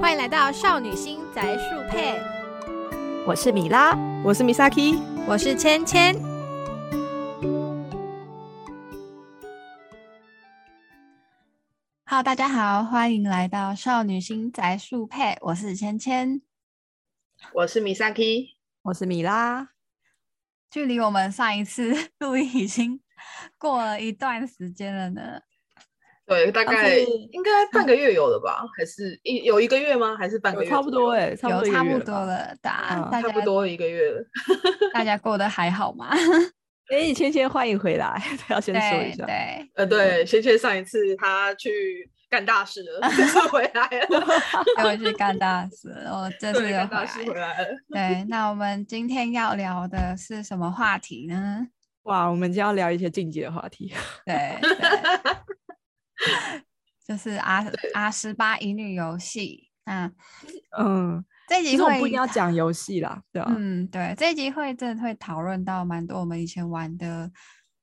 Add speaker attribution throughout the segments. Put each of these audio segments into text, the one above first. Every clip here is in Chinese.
Speaker 1: 欢迎来到少女心宅树配，
Speaker 2: 我是米拉，
Speaker 3: 我是 Misaki，
Speaker 1: 我是芊芊。
Speaker 4: Hello，大家好，欢迎来到少女心宅树配，我是芊芊。
Speaker 5: 我是 Misaki，
Speaker 2: 我是米拉。
Speaker 4: 距离我们上一次录音已经过了一段时间了呢，
Speaker 5: 对，大概
Speaker 3: 上次
Speaker 5: 应该半个月有了吧？还是一有一个月吗？还是半个
Speaker 3: 有
Speaker 5: 月？
Speaker 3: 差不多，
Speaker 2: 欸
Speaker 3: 哎、差不
Speaker 4: 有
Speaker 3: 多一
Speaker 4: 差
Speaker 3: 个月
Speaker 4: 不
Speaker 3: 了
Speaker 4: 多
Speaker 3: 吧。
Speaker 4: 了，答案、
Speaker 2: 嗯
Speaker 4: 大
Speaker 5: 差
Speaker 4: 家
Speaker 5: 不多一个月了。
Speaker 4: 大家过得还好吗？
Speaker 2: 哎、芊芊，欢迎回来，要先说一
Speaker 4: 对
Speaker 2: 下。
Speaker 4: 对，
Speaker 5: 呃，对，芊芊上一次她去干大事了，这次回来了，
Speaker 4: 给我去干大事，我这次
Speaker 5: 对，
Speaker 4: 又
Speaker 5: 干
Speaker 4: 回来
Speaker 5: 大事回来了。
Speaker 4: 对，那我们今天要聊的是什么话题呢？
Speaker 2: 哇，我们今天要聊一些禁忌的话题。
Speaker 4: 对，对 就是阿阿十八乙女游戏。那
Speaker 2: 嗯，
Speaker 4: 这
Speaker 2: 其
Speaker 4: 集
Speaker 2: 实我们
Speaker 4: 会
Speaker 2: 不一定要讲啊游戏啦，对吧、
Speaker 4: 嗯，对，这一集会真的会讨论到蛮多我们以前玩的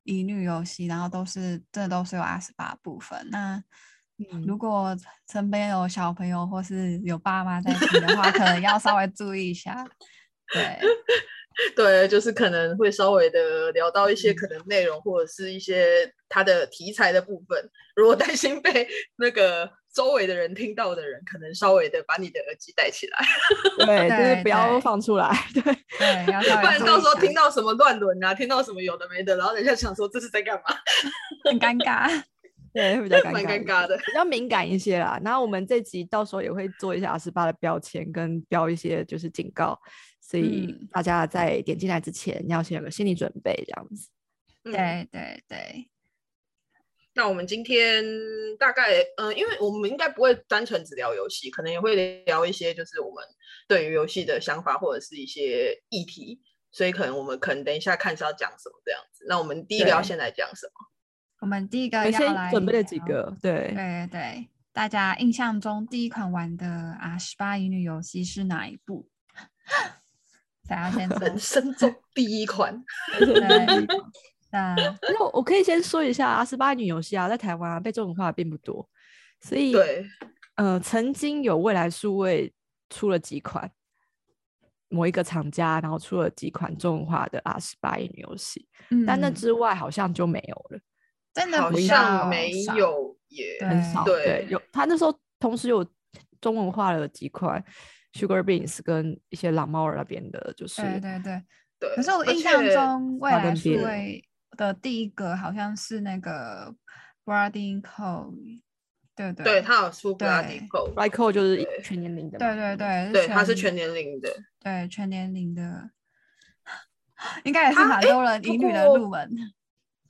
Speaker 4: 乙女游戏，然后都是这都是有二十八部分。那
Speaker 2: 嗯
Speaker 4: 如果身边有小朋友或是有爸妈在听的话，可能要稍微注意一下。对，
Speaker 5: 对，就是可能会稍微的聊到一些可能内容，或者是一些它的题材的部分。如果担心被 那个周围的人听到的人，可能稍微的把你的耳机戴起来，
Speaker 2: 对，就是
Speaker 4: 对
Speaker 2: 不要
Speaker 4: 对
Speaker 2: 放出来。 对，
Speaker 4: 对，要哎稍
Speaker 5: 不
Speaker 4: 微
Speaker 5: 然
Speaker 4: 注
Speaker 5: 到
Speaker 4: 意
Speaker 5: 时候
Speaker 4: 一
Speaker 5: 听到什么乱伦啊，听到什么有的没的，然后人家想说这是在干嘛，
Speaker 4: 下很尴
Speaker 2: 嗯
Speaker 4: 尬。
Speaker 2: 对，会比较尴
Speaker 5: 蛮
Speaker 2: 尬，
Speaker 5: 尴 尬的。
Speaker 2: 比较敏感一些啦。然后我们这集到时候也会做一下二十八的标签，跟标一些就是警告，所以
Speaker 4: 嗯
Speaker 2: 大家在点进来之前要先有个心理准备，这样子。
Speaker 5: 嗯
Speaker 4: 对对对，
Speaker 5: 那我们今天大概，嗯、因为我们应该不会单纯只聊游戏，可能也会聊一些就是我们对于游戏的想法或者是一些议题，所以可能我们可能等一下看是要讲什么这样子。那我们第一聊
Speaker 2: 对
Speaker 5: 先来讲什么？
Speaker 4: 我们第一
Speaker 2: 我
Speaker 4: 个
Speaker 2: 们
Speaker 4: 要
Speaker 2: 先
Speaker 4: 来
Speaker 2: 准备了几
Speaker 4: 聊
Speaker 2: 个，对，
Speaker 4: 对对对，大家印象中第一款玩的啊十八乙女游戏是哪一部？ 大家 先说。
Speaker 5: 人生中第一款，
Speaker 4: 对，那
Speaker 2: 那我我可以先说一下，十八女游戏啊，在台湾啊被中文化并不多，所以
Speaker 5: 对，
Speaker 2: 呃，曾经有未来数位出了几款某一个厂家，然后出了几款中文化的阿十八女游戏，但那
Speaker 4: 嗯
Speaker 2: 之外好像就没有了，
Speaker 4: 真的
Speaker 5: 好
Speaker 4: 比
Speaker 5: 像
Speaker 4: 较
Speaker 5: 没
Speaker 4: 少，
Speaker 5: 有耶。
Speaker 4: 对
Speaker 2: 很少。
Speaker 5: 对
Speaker 2: 有他那时候同时有中文化了几款 Sugar Beans 跟一些狼猫儿那边的，就是
Speaker 4: 对对对。
Speaker 5: 对，
Speaker 4: 可是我
Speaker 5: 而
Speaker 4: 印象
Speaker 5: 且
Speaker 4: 中未
Speaker 2: 华
Speaker 4: 来
Speaker 2: 灯
Speaker 4: 数
Speaker 2: 变
Speaker 4: 位的第一个好像是那个 Boarding Code，对对
Speaker 5: 对他有出布拉迪
Speaker 4: 对
Speaker 5: 扣，
Speaker 2: r i c o 就是一全年龄的嘛，
Speaker 4: 对对对，
Speaker 5: 对，他是全年龄的。
Speaker 4: 对全年龄的，应该也是
Speaker 5: 它
Speaker 4: 蛮
Speaker 5: 诶
Speaker 4: 多人
Speaker 5: 不
Speaker 4: 乙女的
Speaker 5: 过
Speaker 4: 入门。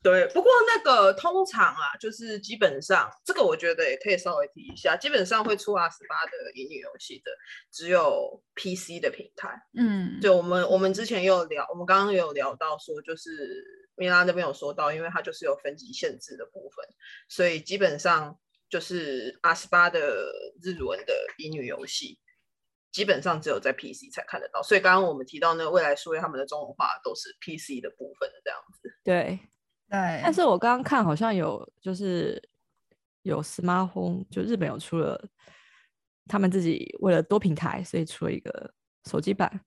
Speaker 5: 对，不过那个通常啊，就是基本上这个我觉得也可以稍微提一下，基本上会出 R 十八的乙女游戏的，只有 PC 的平台。
Speaker 4: 嗯，
Speaker 5: 就我们我们之前也有聊，我们刚刚也有聊到说，就是米拉那边有说到，因为它就是有分级限制的部分，所以基本上就是 R 十八的日文的乙女游戏。基本上只有在 PC 才看得到，所以刚刚我们提到那个未来数位他们的中文化都是 PC 的部分这样子。
Speaker 2: 对。
Speaker 4: 对，
Speaker 2: 但是我刚刚看好像有就是有 Smart Home，就日本有出了，他们自己为了多平台，所以出了一个手机版。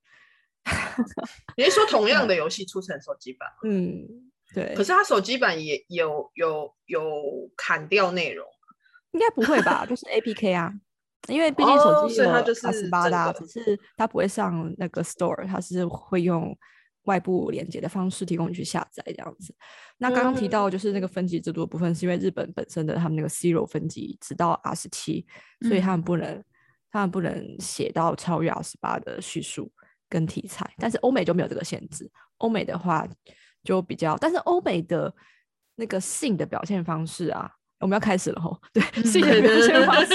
Speaker 5: 你是说同
Speaker 4: 嗯
Speaker 5: 样的游戏出成手机版？
Speaker 2: 嗯，对
Speaker 5: 可，是它手机版也有有有砍掉内容，
Speaker 2: 应该不会吧？就是 APK 啊，因为毕竟手
Speaker 5: 哦
Speaker 2: 机
Speaker 5: 所以它就是
Speaker 2: 十八的啊，
Speaker 5: 整
Speaker 2: 只是它不会上那个 Store，它是会用。外部连接的方式提供你去下载这样子。那刚刚提
Speaker 5: 嗯
Speaker 2: 到就是那个分级制度的部分，是因为日本本身的他们那个 zero 分级直到 R 十七，所以他们不
Speaker 5: 嗯
Speaker 2: 能，他们不能写到超越 R 十八的叙述跟题材。但是欧美就没有这个限制，欧美的话就比较，但是欧美的那个性的表现方式啊，我们要开始了吼， 对，性的表现方式，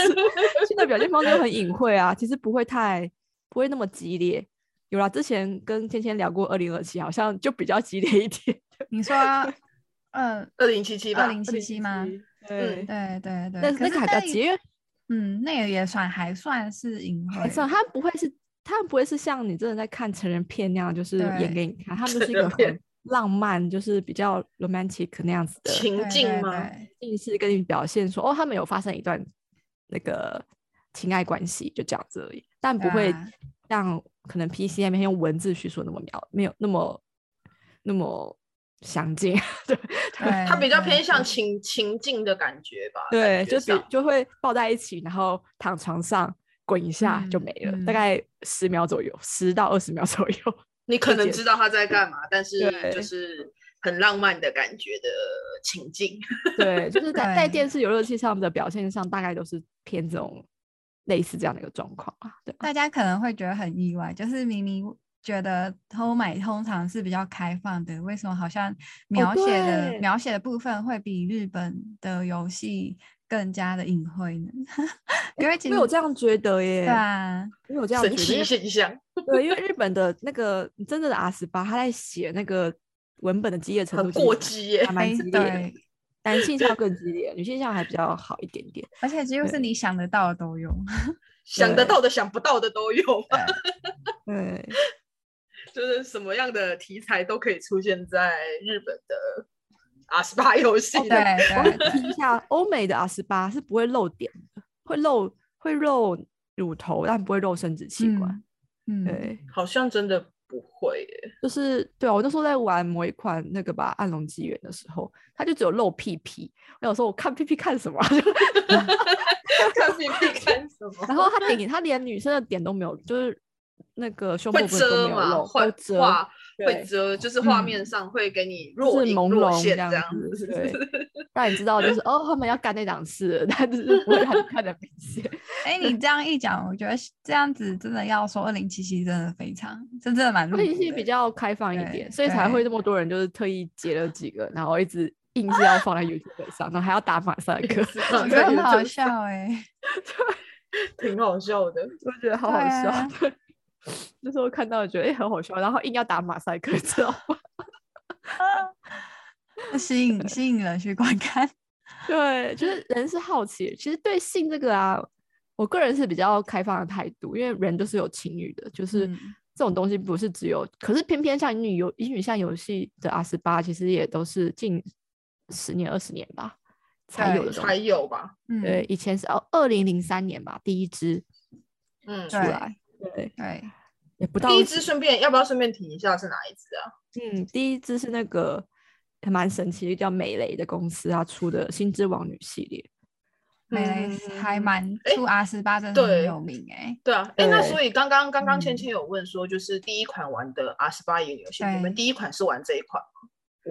Speaker 2: 性的表现方式就很隐晦啊，其实不会太不会那么激烈。有啦，之前跟芊芊聊过二零二七，好像就比较激烈一点。
Speaker 4: 你说，嗯，
Speaker 5: 二零七七吧
Speaker 4: 二，零七七吗？
Speaker 2: 2077？对，
Speaker 4: 对对对，
Speaker 2: 嗯但是
Speaker 4: 可
Speaker 2: 那
Speaker 4: 是
Speaker 2: 个还比较激
Speaker 4: 也
Speaker 2: 烈，因为
Speaker 4: 嗯，那个也算还算是隐晦
Speaker 2: 没错，
Speaker 4: 的，
Speaker 2: 他们不会是，他们不会是像你真的在看成人片那样，就是演给你看，他们就是一
Speaker 5: 成人
Speaker 2: 个
Speaker 5: 片
Speaker 2: 很浪漫，就是比较 romantic 那样子的
Speaker 5: 情
Speaker 4: 对
Speaker 5: 境
Speaker 4: 对
Speaker 5: 吗？
Speaker 4: 对
Speaker 2: 定是跟你表现说，哦，他们有发生一段那个情爱关系，就这样子而已，但不
Speaker 4: 对
Speaker 2: 会
Speaker 4: 啊
Speaker 2: 像可能 PC 那边用文字叙述那么描，没有那么那么详尽， 对
Speaker 4: 对，
Speaker 5: 它比较
Speaker 4: 对
Speaker 5: 偏向
Speaker 4: 对
Speaker 5: 情情境的感觉吧。
Speaker 2: 对，
Speaker 5: 感觉
Speaker 2: 就
Speaker 5: 上
Speaker 2: 比就会抱在一起，然后躺床上滚一下就
Speaker 4: 嗯
Speaker 2: 没了，
Speaker 4: 嗯
Speaker 2: 大概十秒左右，十到二十秒左 右。
Speaker 5: 你可能
Speaker 2: 解
Speaker 5: 知道他在干嘛，但是
Speaker 2: 对
Speaker 5: 就是很浪漫的感觉的情境。
Speaker 2: 对，就是在在
Speaker 4: 对
Speaker 2: 电视游乐器上的表现上，大概都是偏这种类似这样的一个状况啊。对，
Speaker 4: 大家可能会觉得很意外，就是明明觉得偷买通常是比较开放的，为什么好像描写的、
Speaker 2: 对
Speaker 4: 描写的部分会比日本的游戏更加的隐晦呢？ 因为其
Speaker 2: 我
Speaker 4: 实
Speaker 2: 有这样觉得耶，
Speaker 4: 对啊，
Speaker 2: 我有这样
Speaker 5: 神
Speaker 2: 觉得
Speaker 5: 奇
Speaker 2: 因为，
Speaker 5: 现象，
Speaker 2: 对，因为日本的那个真正的 R 十八，他在写那个文本的激烈程度
Speaker 5: 很
Speaker 2: 其实
Speaker 5: 过激耶
Speaker 2: 还。蛮
Speaker 4: 哎
Speaker 2: 激烈的
Speaker 4: 对。
Speaker 2: 男性向更激烈，女性向还比较好一点点。
Speaker 4: 而且几乎是
Speaker 2: 对
Speaker 4: 你想得到的都有。
Speaker 5: 想得
Speaker 2: 对
Speaker 5: 到的、想不到的都有，
Speaker 2: 对，
Speaker 5: 就是什么样的题材都可以出现在日本的阿斯巴游戏
Speaker 4: 哦对
Speaker 5: 的。
Speaker 4: 对对，
Speaker 2: 听一下，欧美的 R 十八是不会露点的，会露会露乳头，但不会露生殖器官。
Speaker 4: 嗯，嗯，
Speaker 2: 对，
Speaker 5: 好像真的不会耶，
Speaker 2: 就是对啊，我那时候在玩某一款那个吧《暗龙纪元》的时候，它就只有露屁屁。我有时候我看屁屁看什么啊、
Speaker 5: 看你可以看什么？
Speaker 2: 然后它点它连女生的点都没有，就是那个胸部
Speaker 5: 会
Speaker 2: 部分都
Speaker 5: 遮
Speaker 2: 没有
Speaker 5: 嘛，
Speaker 2: 露，
Speaker 5: 会
Speaker 2: 会遮，
Speaker 5: 画会
Speaker 2: 对
Speaker 5: 遮，就是画
Speaker 4: 嗯
Speaker 5: 面上会给你
Speaker 2: 就
Speaker 5: 若
Speaker 2: 是
Speaker 5: 隐
Speaker 2: 朦
Speaker 5: 若
Speaker 2: 胧
Speaker 5: 现
Speaker 2: 样
Speaker 5: 这
Speaker 2: 子，
Speaker 5: 子。
Speaker 2: 对，让你知道就是哦，他们要干那档事了，但就是不会让你看的明 显。
Speaker 4: 哎，你这样一讲，我觉得这样子真的要说二零七七真的非常，真正的蛮入
Speaker 2: 所以是
Speaker 4: 骨
Speaker 2: 比
Speaker 4: 的。
Speaker 2: 较开放一点，
Speaker 4: 对
Speaker 2: 所以才会
Speaker 4: 对
Speaker 2: 那么多人就是特意截了几个，然后一直硬是要放在 YouTube 上，然后还要打马赛 克，
Speaker 4: 我
Speaker 5: 我
Speaker 4: 觉得很好，笑哎、
Speaker 5: 挺好笑 的。
Speaker 2: 我觉得好好
Speaker 4: 对
Speaker 2: 笑
Speaker 4: 啊。
Speaker 2: 对， 那时候看到觉得哎、诶很好笑，然后硬要打马赛克，知道吗？
Speaker 4: 吸 引吸引人去观看。
Speaker 2: 对，就是 人是好奇，其实对性这个啊，我个人是比较开放的态度，因为人都是有情欲的，就是
Speaker 4: 嗯
Speaker 2: 这种东西不是只有，可是偏偏像乙女游乙女像游戏的 R 十八，其实也都是近十年二十年吧才有
Speaker 4: 对
Speaker 2: 的东西
Speaker 5: 才有吧？
Speaker 4: 嗯，
Speaker 2: 对，以前是哦，二零零三年吧，第一支
Speaker 5: 嗯，
Speaker 2: 出
Speaker 4: 对
Speaker 2: 来，对，
Speaker 4: 对，
Speaker 2: 也不到
Speaker 5: 第一
Speaker 2: 十
Speaker 5: 支顺便要不要顺便提一下是哪一支啊？
Speaker 2: 嗯，第一支是那个还蛮神奇的，叫美蕾的公司它出的《新之王女》系列，
Speaker 4: 美蕾斯还
Speaker 5: 嗯
Speaker 4: 蛮
Speaker 5: 诶
Speaker 4: 出 R 十八真的很
Speaker 5: 对
Speaker 4: 有名 哎、
Speaker 5: 对啊，哎、那
Speaker 2: 对
Speaker 5: 所以刚刚刚刚芊
Speaker 4: 嗯
Speaker 5: 芊有问说，就是第一款玩的 R 十八也游戏，你
Speaker 4: 对
Speaker 5: 们第一款是玩这一款吗？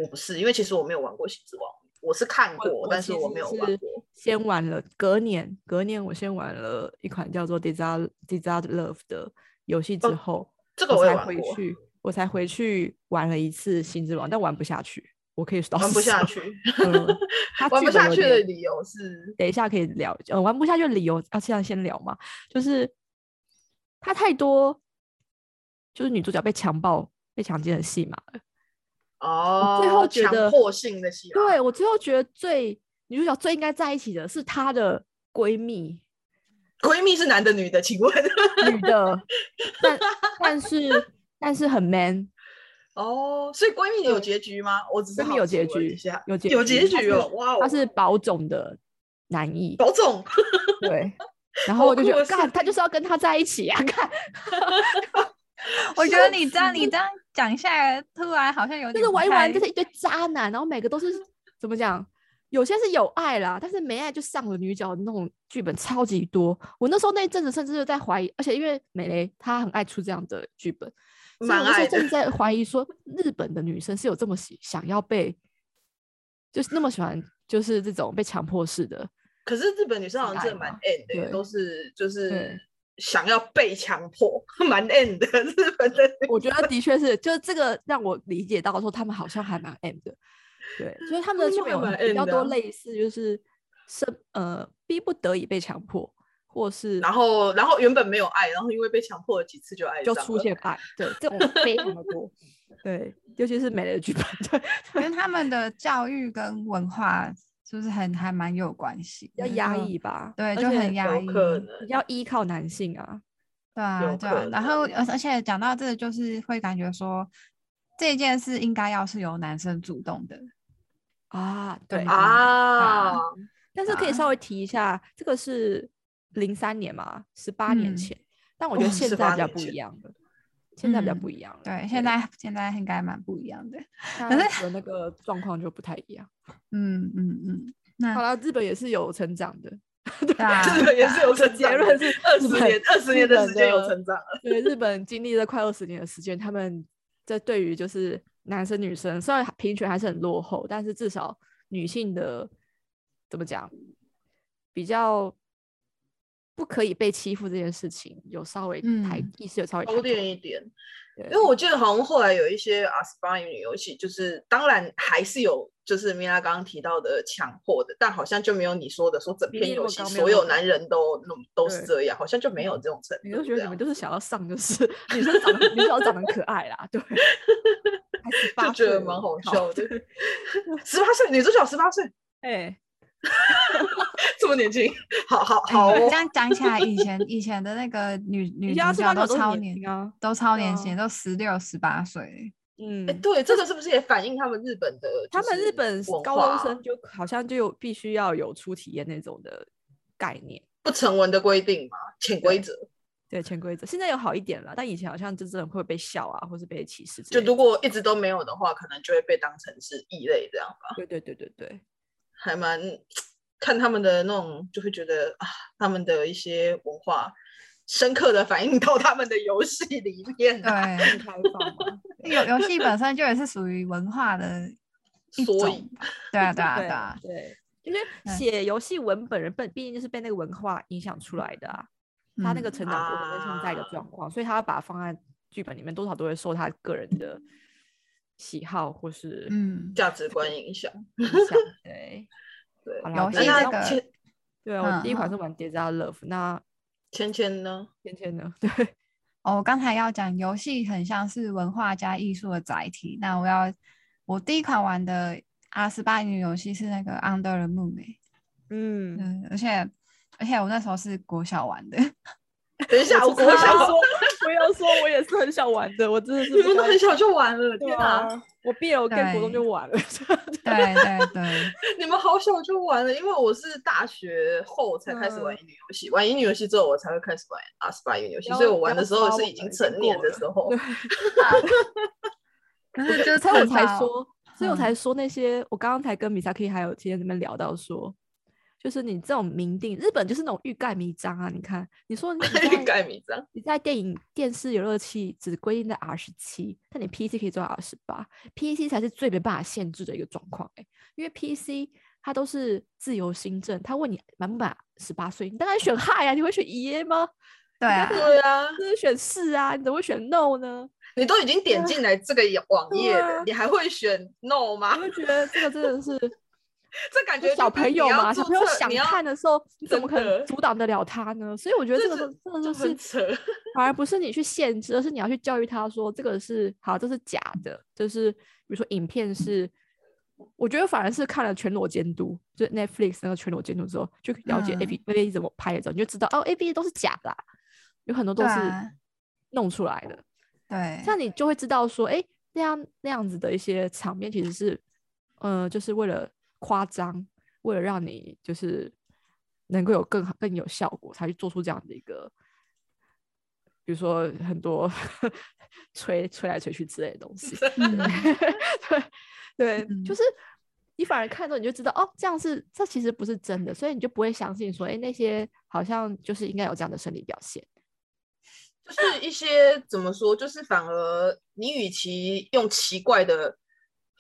Speaker 5: 我不是，因为其实我没有玩过《喜之王》，我是看过，但
Speaker 2: 其
Speaker 5: 是我
Speaker 2: 实
Speaker 5: 没有
Speaker 2: 是
Speaker 5: 玩过。
Speaker 2: 先玩了，隔年隔年我先玩了一款叫做《Desire Desire Love》的游戏之
Speaker 5: 哦
Speaker 2: 后，
Speaker 5: 这个
Speaker 2: 我
Speaker 5: 我也
Speaker 2: 才
Speaker 5: 玩
Speaker 2: 回
Speaker 5: 过，
Speaker 2: 去，我才回去玩了一次《新之王》，但玩不下去，我可以老
Speaker 5: 玩不
Speaker 2: 实
Speaker 5: 下
Speaker 2: 说，
Speaker 5: 去，
Speaker 2: 嗯 它
Speaker 5: 玩
Speaker 2: 剧
Speaker 5: 不
Speaker 2: 本
Speaker 5: 下
Speaker 2: 有
Speaker 5: 去的
Speaker 2: 点
Speaker 5: 理由是，
Speaker 2: 等一下可以聊，呃，玩不下去的理由要现在先聊嘛，就是它太多，就是女主角被强暴、被强奸的戏码了。
Speaker 5: 哦，
Speaker 2: 最后觉得
Speaker 5: 强迫性的戏码，
Speaker 2: 对我最后觉得最女主角最应该在一起的是她的闺蜜，
Speaker 5: 闺蜜是男的女的，请问？
Speaker 2: 女的，但但是但是很 man，
Speaker 5: 哦，所以闺蜜有结局吗？我只是
Speaker 2: 闺蜜
Speaker 5: 好
Speaker 2: 有
Speaker 5: 奇
Speaker 2: 结
Speaker 5: 问一
Speaker 2: 局
Speaker 5: 下
Speaker 2: 有结
Speaker 5: 有
Speaker 2: 局
Speaker 5: 结
Speaker 2: 她
Speaker 5: 局
Speaker 2: 是
Speaker 5: 哦，哇哦，
Speaker 2: 她是保种的男一，
Speaker 5: 保总，
Speaker 2: 对。然
Speaker 5: 好
Speaker 2: 后我就
Speaker 5: 酷
Speaker 2: 觉得，
Speaker 5: 的设
Speaker 2: 干，她就是要跟他在一起啊！看，
Speaker 4: 我觉得你这样你这样讲下来，突然好像有点
Speaker 2: 就是
Speaker 4: 不
Speaker 2: 玩一玩，
Speaker 4: 太
Speaker 2: 就是一堆渣男，然后每个都是怎么讲？有些是有爱啦，但是没爱就上了女角的那种剧本超级多。我那时候那一阵子甚至就在怀疑，而且因为美蕾她很爱出这样的剧本，所以
Speaker 5: 蛮
Speaker 2: 我那时候
Speaker 5: 爱的
Speaker 2: 甚至在怀疑说，日本的女生是有这么喜想要被，就是那么喜欢，就是这种被强迫式的。
Speaker 5: 可是日本女生好像
Speaker 2: 是
Speaker 5: 真的
Speaker 2: 爱
Speaker 5: 蛮
Speaker 2: 吗
Speaker 5: end 的耶，
Speaker 2: 对
Speaker 5: 都是就
Speaker 2: 对
Speaker 5: 是想要被强迫， 蛮 end 的。日本的女
Speaker 2: 我觉得的确是，就是这个让我理解到说，他们好像还蛮 M 的，对，所以他们的
Speaker 5: 他
Speaker 2: 剧
Speaker 5: 们
Speaker 2: 本
Speaker 5: 还蛮
Speaker 2: 有比
Speaker 5: M
Speaker 2: 较
Speaker 5: 的
Speaker 2: 多
Speaker 5: 啊
Speaker 2: 类似，就是是呃逼不得已被强迫，或是
Speaker 5: 然后然后原本没有爱，然后因为被强迫了几次就爱
Speaker 2: 就
Speaker 5: 上
Speaker 2: 出
Speaker 5: 了
Speaker 2: 现爱，对，这种非常的多，对，尤其是美的剧本，对，
Speaker 4: 跟他们的教育跟文化就是很还蛮有关系
Speaker 2: 比较
Speaker 4: 的，
Speaker 2: 压
Speaker 4: 就
Speaker 2: 抑，吧，
Speaker 4: 嗯对，就
Speaker 2: 而且
Speaker 4: 很压抑
Speaker 5: 有，可能
Speaker 2: 比较依靠男性啊，
Speaker 4: 对啊
Speaker 5: 有
Speaker 4: 对
Speaker 5: 可
Speaker 4: 啊。然后而
Speaker 5: 能
Speaker 4: 而且讲到这，就是会感觉说这件事应该要是由男生主动的，
Speaker 2: 啊，
Speaker 4: 对
Speaker 2: 对
Speaker 4: 啊
Speaker 5: 啊，
Speaker 2: 但是可以
Speaker 4: 啊
Speaker 2: 稍微提一下，这个是零三年嘛，十八年
Speaker 4: 嗯
Speaker 2: 前。但我觉
Speaker 5: 哦
Speaker 2: 得现在
Speaker 5: 18
Speaker 2: 比较
Speaker 5: 年
Speaker 2: 不
Speaker 5: 前
Speaker 2: 一样了，现在比较
Speaker 4: 嗯
Speaker 2: 不一样了。
Speaker 4: 对，现在现在应该蛮不一样的。
Speaker 2: 可是的那个状况就不太一样。
Speaker 4: 嗯嗯嗯，那
Speaker 2: 好了，日本也是有成长的，
Speaker 4: 对啊，
Speaker 5: 日本也是 有成
Speaker 2: 结
Speaker 5: 长的，
Speaker 2: 论是
Speaker 5: 二
Speaker 2: 日
Speaker 5: 十
Speaker 2: 本
Speaker 5: 年，二十年
Speaker 2: 日
Speaker 5: 的
Speaker 2: 本
Speaker 5: 时间有
Speaker 2: 的
Speaker 5: 成长了。
Speaker 2: 对日本经历了快二十年的时间，他们这对于就是男生女生虽然平权还是很落后，但是至少女性的怎么讲，比较不可以被欺负这件事情，有稍微抬、
Speaker 4: 嗯
Speaker 2: 意识有稍微抬
Speaker 5: 收
Speaker 2: 头
Speaker 5: 敛一点，
Speaker 2: 对
Speaker 5: 因为我记得好像后来有一些阿斯巴女游戏，就是当然还是有，就是米拉刚刚提到的强迫的，但好像就没有你说的说整
Speaker 2: 比
Speaker 5: 篇
Speaker 2: 例
Speaker 5: 游
Speaker 2: 过
Speaker 5: 戏
Speaker 2: 高没有
Speaker 5: 所
Speaker 2: 那
Speaker 5: 有
Speaker 2: 么
Speaker 5: 男人都那么都是
Speaker 2: 对嗯
Speaker 5: 这样，好像就没有这种程
Speaker 2: 你
Speaker 5: 度
Speaker 2: 就觉
Speaker 5: 这
Speaker 2: 得你们
Speaker 5: 样。
Speaker 2: 就是想要上，就是 女生长得女生长得很可爱啦，对，还
Speaker 5: 就
Speaker 2: 18
Speaker 4: 哎
Speaker 5: 觉
Speaker 2: 岁
Speaker 5: 得
Speaker 2: 了
Speaker 5: 蛮好
Speaker 2: 靠
Speaker 5: 笑的
Speaker 2: 对，
Speaker 5: 十八岁女主角十八岁
Speaker 2: 哎、
Speaker 5: 这么年轻，好好
Speaker 4: 哎
Speaker 5: 好哦
Speaker 4: 这，样讲起来，以前以前的那个女女
Speaker 2: 你
Speaker 4: 主
Speaker 2: 家是
Speaker 4: 角
Speaker 2: 八
Speaker 4: 都
Speaker 2: 九
Speaker 4: 超
Speaker 2: 超
Speaker 4: 年，
Speaker 2: 年啊，
Speaker 4: 都超
Speaker 2: 对
Speaker 4: 年
Speaker 2: 啊
Speaker 4: 轻，都十六十八岁。
Speaker 2: 嗯
Speaker 5: 哎，对，这个是不是也反映他们日本的就
Speaker 2: 他
Speaker 5: 是文化？
Speaker 2: 们日本高中生就好像就有必须要有初体验那种的概念，
Speaker 5: 不成文的规定嘛，潜规则。
Speaker 2: 对潜规则。现在有好一点了，但以前好像就真的会被笑啊，或是被歧视之
Speaker 5: 就
Speaker 2: 类
Speaker 5: 如
Speaker 2: 的
Speaker 5: 果一直都没有的话，可能就会被当成是异类这样吧，
Speaker 2: 对对对对对，
Speaker 5: 还蛮看他们的那种，就会觉得啊，他们的一些文化深刻的反映到他们的游戏里面啊、
Speaker 4: 对，
Speaker 2: 更开放嘛。
Speaker 4: 游游戏本身就也是属于文化的
Speaker 2: 嗯
Speaker 4: 一
Speaker 5: 所
Speaker 4: 种
Speaker 5: 以
Speaker 4: 吧。对啊，对啊，对
Speaker 2: 对
Speaker 4: 啊，
Speaker 2: 对，因为
Speaker 4: 嗯
Speaker 2: 写游戏文本人本毕竟就是被那个文化影响出来的啊，他那个
Speaker 4: 嗯
Speaker 2: 成长过程跟现在的状
Speaker 5: 啊
Speaker 2: 况，所以他要把它放在剧本里面，多少都会受他个人的喜好或是
Speaker 4: 嗯，
Speaker 5: 价值观影响。
Speaker 2: 影响。对，
Speaker 5: 对，
Speaker 2: 好
Speaker 5: 啊
Speaker 2: 啦
Speaker 4: 游
Speaker 2: 对
Speaker 4: 戏
Speaker 2: 那
Speaker 5: 那
Speaker 4: 这个
Speaker 5: 芊
Speaker 2: 对啊，我
Speaker 4: 嗯
Speaker 2: 第一款
Speaker 4: 嗯
Speaker 2: 是玩《d e s i r Love》，那
Speaker 5: 芊芊呢？
Speaker 2: 芊芊呢？ 对，
Speaker 4: 哦，我刚才要讲游戏很像是文化加艺术的载体。那我要我第一款玩的啊阿斯巴女游戏是那个《Under the Moon、欸》
Speaker 2: 嗯，
Speaker 4: 嗯，而且而且我那时候是国小玩的，
Speaker 5: 等一下，我
Speaker 2: 我
Speaker 5: 国
Speaker 2: 想
Speaker 5: 小
Speaker 2: 说，我要说，我也是很想玩的，我真的是
Speaker 5: 你们
Speaker 2: 不
Speaker 5: 都
Speaker 2: 敢
Speaker 5: 很小就玩了，
Speaker 2: 对
Speaker 5: 天哪！
Speaker 2: 啊，我毕业我跟国
Speaker 4: 对
Speaker 2: 中就玩了，
Speaker 4: 对对对，
Speaker 5: 你们好小就玩了，因为我是大学后才开始玩
Speaker 2: 嗯
Speaker 5: 乙女游戏，玩乙女游戏之后我才会开始玩阿斯巴乙女游戏，
Speaker 2: 不
Speaker 5: 所以
Speaker 2: 要
Speaker 5: 我玩
Speaker 2: 不要
Speaker 5: 的时候
Speaker 2: 抓
Speaker 5: 是
Speaker 2: 我
Speaker 5: 已经
Speaker 2: 了已经
Speaker 5: 成年
Speaker 2: 过
Speaker 5: 的
Speaker 2: 了
Speaker 5: 时候。
Speaker 4: 可是 就是
Speaker 2: 所以我
Speaker 4: 特
Speaker 2: 才
Speaker 4: 少
Speaker 2: 说，所以我才
Speaker 4: 嗯
Speaker 2: 说那些，我刚刚才跟米萨 K 还有今天那边聊到说，就是你这种明定，日本就是那种欲盖弥彰啊！你看，你 说你
Speaker 5: 欲
Speaker 2: 在
Speaker 5: 盖弥彰。
Speaker 2: 你在电影、电视游乐器只规定在 R 十七，但你 PC 可以做到 R 十八，PC 才是最没办法限制的一个状况哎、因为 PC 它都是自由新政，他问你满不满十八岁，你当然选嗨呀、你会选耶吗？
Speaker 4: 对啊，
Speaker 5: 对啊，
Speaker 2: 就是选是啊，你怎么会选 no 呢？
Speaker 5: 你都已经点进来这个网页
Speaker 2: 对啊
Speaker 5: 了，你还会选 no 吗
Speaker 2: 我？会觉得这个真的是。
Speaker 5: 这感觉就是
Speaker 2: 小朋友
Speaker 5: 你要
Speaker 2: 嘛，小
Speaker 5: 注
Speaker 2: 朋友
Speaker 5: 册
Speaker 2: 想
Speaker 5: 你要
Speaker 2: 看的时候，你怎
Speaker 5: 真
Speaker 2: 么可能
Speaker 5: 的
Speaker 2: 阻挡得了他呢？所以我觉得
Speaker 5: 这
Speaker 2: 这个
Speaker 5: 是
Speaker 2: 东这个
Speaker 5: 就
Speaker 2: 就
Speaker 5: 很
Speaker 2: 是
Speaker 5: 扯。
Speaker 2: 反而不是你去限制，而是你要去教育他说这个是好，这是假的，就是比如说影片是，我觉得反而是看了全裸监督，就是 Netflix 那个全裸监督之后，就了解
Speaker 4: 嗯
Speaker 2: A B A B 怎么拍的之后，你就知道哦，A B 都是假的啊、有很多都
Speaker 4: 对
Speaker 2: 是
Speaker 4: 啊
Speaker 2: 弄出来的。
Speaker 4: 对，
Speaker 2: 这样你就会知道说，哎、那样那样子的一些场面其实是，呃，就是为了夸张，为了让你就是能够有更好、更有效果，才去做出这样的一个，比如说很多 吹吹来吹去之类的东西。
Speaker 4: 嗯
Speaker 2: 对对，
Speaker 4: 嗯
Speaker 2: 就是你反而看到你就知道，哦，这样是这其实不是真的，所以你就不会相信说，哎、那些好像就是应该有这样的生理表现。
Speaker 5: 就是一些怎么说，就是反而你与其用奇怪的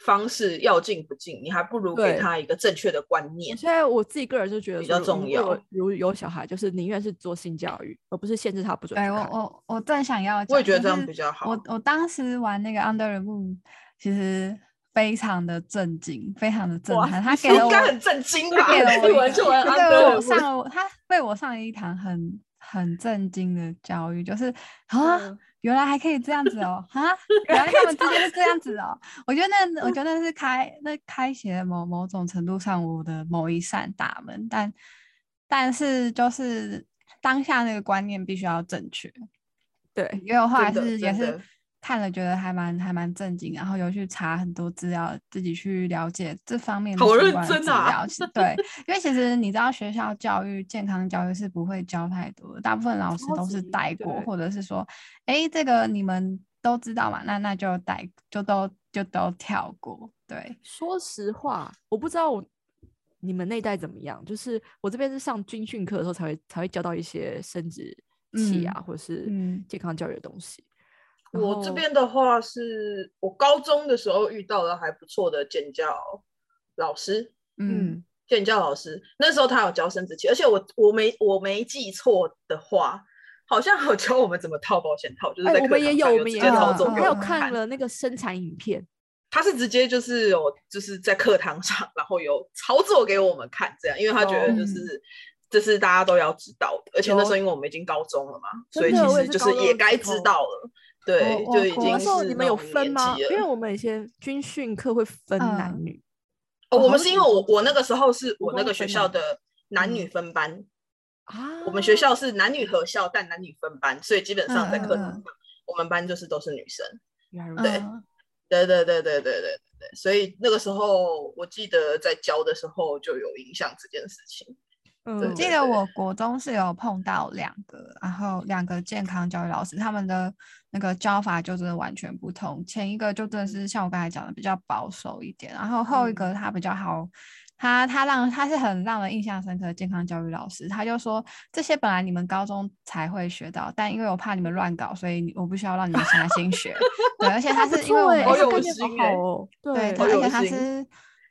Speaker 5: 方式要进不进，你还不如给
Speaker 2: 对
Speaker 5: 他一个正确的观念。
Speaker 2: 所以我自己个人就觉得
Speaker 5: 比
Speaker 2: 说
Speaker 5: 较重
Speaker 2: 如果
Speaker 5: 要
Speaker 2: 有有有小孩，就是宁愿是做性教育，而不是限制他不准
Speaker 4: 对
Speaker 2: 去
Speaker 4: 我
Speaker 2: 看。
Speaker 4: 我我正想要讲，
Speaker 5: 我也觉得这
Speaker 4: 就
Speaker 5: 样
Speaker 4: 是
Speaker 5: 比较好。
Speaker 4: 我我当时玩那个 Under the Moon，其实非常的震惊，非常的震
Speaker 2: 哇
Speaker 4: 撼。他给
Speaker 5: 你
Speaker 4: 了
Speaker 5: 应
Speaker 4: 我，
Speaker 5: 该很震惊吧？
Speaker 4: 给了我一
Speaker 5: 一玩
Speaker 4: 个
Speaker 5: 就玩
Speaker 4: 他
Speaker 5: 安
Speaker 4: 给
Speaker 5: 德
Speaker 4: 了
Speaker 5: 鲁
Speaker 4: 我上了他为我上了一堂很很震惊的教育，就是啊，
Speaker 2: 嗯
Speaker 4: 原来还可以这样子哦，啊，原来他们之间是这样子哦。我觉得那我觉得那是开那开启了某某种程度上我的某一扇大门，但但是就是当下那个观念必须要正确。
Speaker 2: 对，
Speaker 4: 因为我后来
Speaker 5: 真的
Speaker 4: 是也
Speaker 5: 真
Speaker 4: 是
Speaker 5: 的
Speaker 4: 看了觉得还蛮还蛮震惊，然后有去查很多资料，自己去了解这方面的
Speaker 5: 好
Speaker 4: 相
Speaker 5: 认
Speaker 4: 关的
Speaker 5: 真
Speaker 4: 资
Speaker 5: 啊
Speaker 4: 料是对，因为其实你知道学校教育健康教育是不会教太多的，大部分老师
Speaker 2: 超
Speaker 4: 都是
Speaker 2: 级
Speaker 4: 带过，
Speaker 2: 对
Speaker 4: 或者是说，哎，这个你们都知道嘛，那那就带就都就都跳过，对，
Speaker 2: 说实话，我不知道我你们那一代怎么样，就是我这边是上军训课的时候才会才会教到一些生殖器啊，
Speaker 4: 嗯
Speaker 2: 或者是
Speaker 4: 嗯
Speaker 2: 健康教育的东西。然
Speaker 5: 我这
Speaker 2: 后
Speaker 5: 边的话是，我高中的时候遇到了还不错的健教老师，
Speaker 4: 嗯
Speaker 2: 嗯，
Speaker 5: 健教老师那时候他有教生殖器，而且我我没我没记错的话，好像有教我们怎么套保险套，就是
Speaker 2: 哎、
Speaker 5: 在
Speaker 2: 我
Speaker 5: 课
Speaker 2: 们也
Speaker 5: 堂
Speaker 2: 有，
Speaker 5: 上
Speaker 2: 我
Speaker 5: 有
Speaker 2: 们
Speaker 5: 直
Speaker 2: 也
Speaker 5: 接
Speaker 2: 有，啊
Speaker 5: 操
Speaker 4: 操
Speaker 5: 作
Speaker 4: 作
Speaker 2: 我
Speaker 5: 给
Speaker 4: 嗯
Speaker 2: 还
Speaker 4: 给嗯
Speaker 2: 有
Speaker 5: 我
Speaker 4: 嗯
Speaker 5: 们
Speaker 2: 看了那个生产影片，
Speaker 5: 他是直接就是有就是在课堂上，然后有操作给我们看，这样，因为他觉得
Speaker 2: 哦
Speaker 5: 就
Speaker 4: 有
Speaker 5: 是这是大家都要知道的，而且那时候因为我们已经高中了嘛，所以
Speaker 2: 真的
Speaker 5: 其
Speaker 2: 我也
Speaker 5: 实
Speaker 2: 是
Speaker 5: 就
Speaker 2: 高
Speaker 5: 是
Speaker 2: 中
Speaker 5: 也
Speaker 2: 的
Speaker 5: 该
Speaker 2: 时
Speaker 5: 知
Speaker 2: 候哦
Speaker 5: 道了。对，
Speaker 4: 我
Speaker 5: 就已
Speaker 4: 我
Speaker 5: 经
Speaker 2: 那时候
Speaker 5: 是
Speaker 2: 你们有分吗？因
Speaker 5: 因
Speaker 2: 为
Speaker 5: 为
Speaker 2: 我们以前军训课会分男
Speaker 4: 嗯
Speaker 2: 女，
Speaker 5: 哦，我
Speaker 2: 好
Speaker 5: 们
Speaker 2: 像
Speaker 5: 是
Speaker 2: 是
Speaker 5: 因为
Speaker 2: 国
Speaker 5: 我我那个时候是
Speaker 2: 国
Speaker 5: 我那
Speaker 2: 中
Speaker 5: 个
Speaker 2: 有
Speaker 5: 学
Speaker 2: 分
Speaker 5: 校
Speaker 2: 男
Speaker 5: 的男女
Speaker 2: 嗯
Speaker 5: 分班，
Speaker 2: 啊，
Speaker 5: 我们学校是男女合校，但男女分班，所以基本上在课堂
Speaker 4: 嗯嗯
Speaker 5: 上，我们班就是都是女生。
Speaker 2: 原来如此
Speaker 5: 对
Speaker 4: 嗯
Speaker 5: 对对对对对对对对，所以那个时候我记得在教的时候就有影响这件事情。嗯对
Speaker 4: 我记得我国中是有碰到两个，然后两个健康教育老师，他们的那个教法就真的完全不同。前一个就真的是像我刚才讲的比较保守一点，然后后一
Speaker 2: 嗯
Speaker 4: 个他比较好，他他让他是很让人印象深刻的健康教育老师，他就说这些本来你们高中才会学到，但因为我怕你们乱搞，所以你我不需要让你们现在先学。 对，而且 他是因为我们
Speaker 5: 好
Speaker 2: 哎
Speaker 4: 是
Speaker 5: 有
Speaker 4: 跟
Speaker 5: 心
Speaker 2: 好
Speaker 5: 欸
Speaker 2: 哦，
Speaker 4: 对，
Speaker 2: 对
Speaker 4: 他
Speaker 5: 好
Speaker 4: 而
Speaker 5: 有
Speaker 4: 且他
Speaker 5: 心
Speaker 4: 是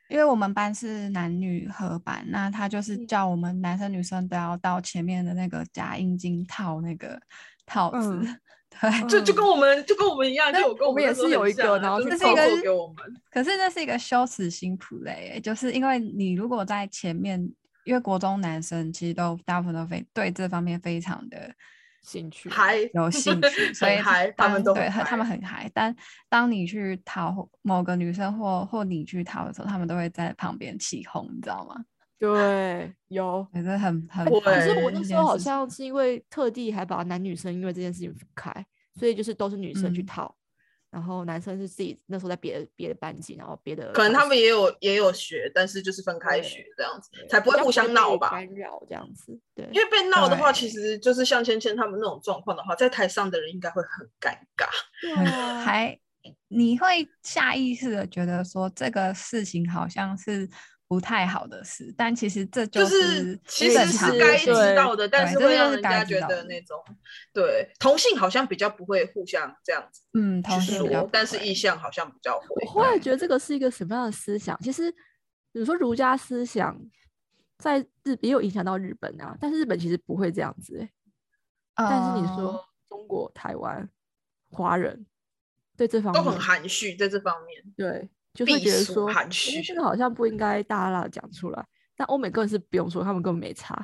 Speaker 4: 因为我们班是男女合班，那他就是
Speaker 5: 嗯
Speaker 4: 叫我们男生女生都要到前面的那个假阴茎套那个套子，
Speaker 2: 嗯
Speaker 4: 对。
Speaker 5: 就就
Speaker 2: 嗯
Speaker 5: 跟我们就跟我们一样，就
Speaker 4: 那
Speaker 5: 有跟
Speaker 2: 我
Speaker 5: 们
Speaker 2: 们也
Speaker 5: 那时候
Speaker 2: 是有
Speaker 5: 很
Speaker 2: 一个
Speaker 5: 像啊
Speaker 2: 然后
Speaker 5: 就
Speaker 2: 去
Speaker 5: 是
Speaker 4: 操
Speaker 5: 操
Speaker 4: 作
Speaker 5: 作给我们。
Speaker 4: 可是那是一个羞耻心谱类欸，就是因为你如果在前面，因为国中男生其实都大部分都非对这方面非常的
Speaker 2: 兴趣
Speaker 5: 嗨，
Speaker 4: 有兴 趣，所以
Speaker 5: 很嗨，他
Speaker 4: 当
Speaker 5: 们都
Speaker 4: 对
Speaker 5: 很
Speaker 4: 很他们
Speaker 5: 嗨
Speaker 4: 很嗨。但当你去讨某个女生或或你去讨的时候，他们都会在旁边起哄，你知道吗？
Speaker 2: 对有。
Speaker 4: 觉得很很
Speaker 5: 我
Speaker 4: 烦
Speaker 2: 可是
Speaker 5: 对
Speaker 2: 我
Speaker 4: 的
Speaker 2: 那
Speaker 4: 一
Speaker 2: 时
Speaker 4: 件
Speaker 2: 候好
Speaker 4: 事情
Speaker 2: 像是因为特地还把男女生因为这件事情分开，所以就是都是女生去
Speaker 4: 嗯
Speaker 2: 套，然后男生是自己那时候在别的别的班级，然后别的
Speaker 5: 可能
Speaker 2: 教
Speaker 5: 他们
Speaker 2: 室
Speaker 5: 也有也有学，但是就是分开
Speaker 2: 对
Speaker 5: 学这样子，
Speaker 2: 对
Speaker 5: 才不
Speaker 2: 比
Speaker 5: 会
Speaker 2: 较
Speaker 5: 互相
Speaker 2: 被
Speaker 5: 闹吧。
Speaker 2: 干扰这样子。对，
Speaker 5: 因为被闹的话，
Speaker 4: 对
Speaker 5: 其实就是像芊芊他们那种状况的话，在台上的人应该会很尴尬。
Speaker 2: 对
Speaker 4: 嗯
Speaker 2: 啊
Speaker 4: 还你会下意识的觉得说这个事情好像是不太好的事，但其实这
Speaker 5: 就是其
Speaker 4: 正
Speaker 5: 实
Speaker 4: 常
Speaker 5: 是
Speaker 4: 的
Speaker 5: 该
Speaker 4: 事
Speaker 5: 知
Speaker 2: 对
Speaker 5: 道的，但
Speaker 4: 对
Speaker 5: 是
Speaker 4: 这
Speaker 5: 会
Speaker 4: 就
Speaker 5: 让
Speaker 4: 是
Speaker 5: 人
Speaker 4: 该
Speaker 5: 家
Speaker 4: 知
Speaker 5: 觉
Speaker 4: 道
Speaker 5: 得
Speaker 4: 的
Speaker 5: 那种对同性好像比较不会互相这样子
Speaker 4: 嗯，同
Speaker 5: 去
Speaker 4: 性比较
Speaker 5: 说
Speaker 4: 不，
Speaker 5: 但是
Speaker 4: 会
Speaker 5: 意向好像比较
Speaker 2: 我
Speaker 5: 会。
Speaker 2: 后来觉得这个是一个什么样的思想？其实，比如说儒家思想，在日也有影响到日本啊，但是日本其实不会这样子、欸。但是你
Speaker 4: 呃
Speaker 2: 说中国、台湾、华人对这方
Speaker 5: 都
Speaker 2: 面
Speaker 5: 很含蓄，在这方面
Speaker 2: 对，就
Speaker 5: 避
Speaker 2: 会觉得
Speaker 5: 俗
Speaker 2: 说，
Speaker 5: 含
Speaker 2: 因
Speaker 5: 蓄
Speaker 2: 为这个好像不应该大啦啦讲出来。但欧美更是不用说，他们根本没差。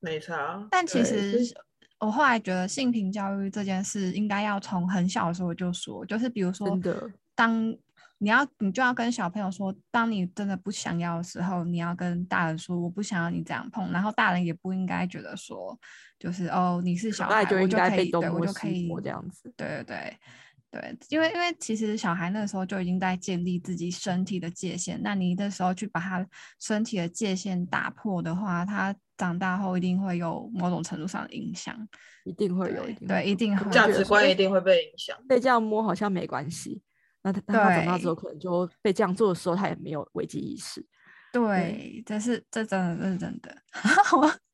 Speaker 5: 没差。
Speaker 4: 但其
Speaker 2: 对所
Speaker 4: 实
Speaker 2: 以
Speaker 4: 是我后来觉得性平教育这件事应该要从很小的时候就说，就是比如说，
Speaker 2: 真的
Speaker 4: 当你要你就要跟小朋友说，当你真的不想要的时候，你要跟大人说我不想要你这样碰，然后大人也不应该觉得说就是哦你是小
Speaker 2: 爱
Speaker 4: 孩，
Speaker 2: 就
Speaker 4: 我
Speaker 2: 应
Speaker 4: 就
Speaker 2: 该
Speaker 4: 可
Speaker 2: 被
Speaker 4: 以
Speaker 2: 东
Speaker 4: 对我
Speaker 2: 摸
Speaker 4: 就可
Speaker 2: 西
Speaker 4: 以
Speaker 2: 摸这样子。
Speaker 4: 对对对对，因为因为其实小孩那时候就已经在建立自己身体的界限，那你那时候去把他身体的界限打破的话，他长大后一定会有某种程度上的影响。
Speaker 2: 一定会有，
Speaker 4: 对
Speaker 2: 一
Speaker 4: 对一定
Speaker 2: 定会有可能
Speaker 4: 会
Speaker 5: 价
Speaker 2: 觉得
Speaker 5: 值
Speaker 2: 说
Speaker 5: 观
Speaker 2: 诶
Speaker 5: 一定会被影响。
Speaker 2: 被这样摸好像没关系。那他那他长大之后，可能就被这样做的时候，他也没有危机意识。
Speaker 4: 对，这是这真的这是真的，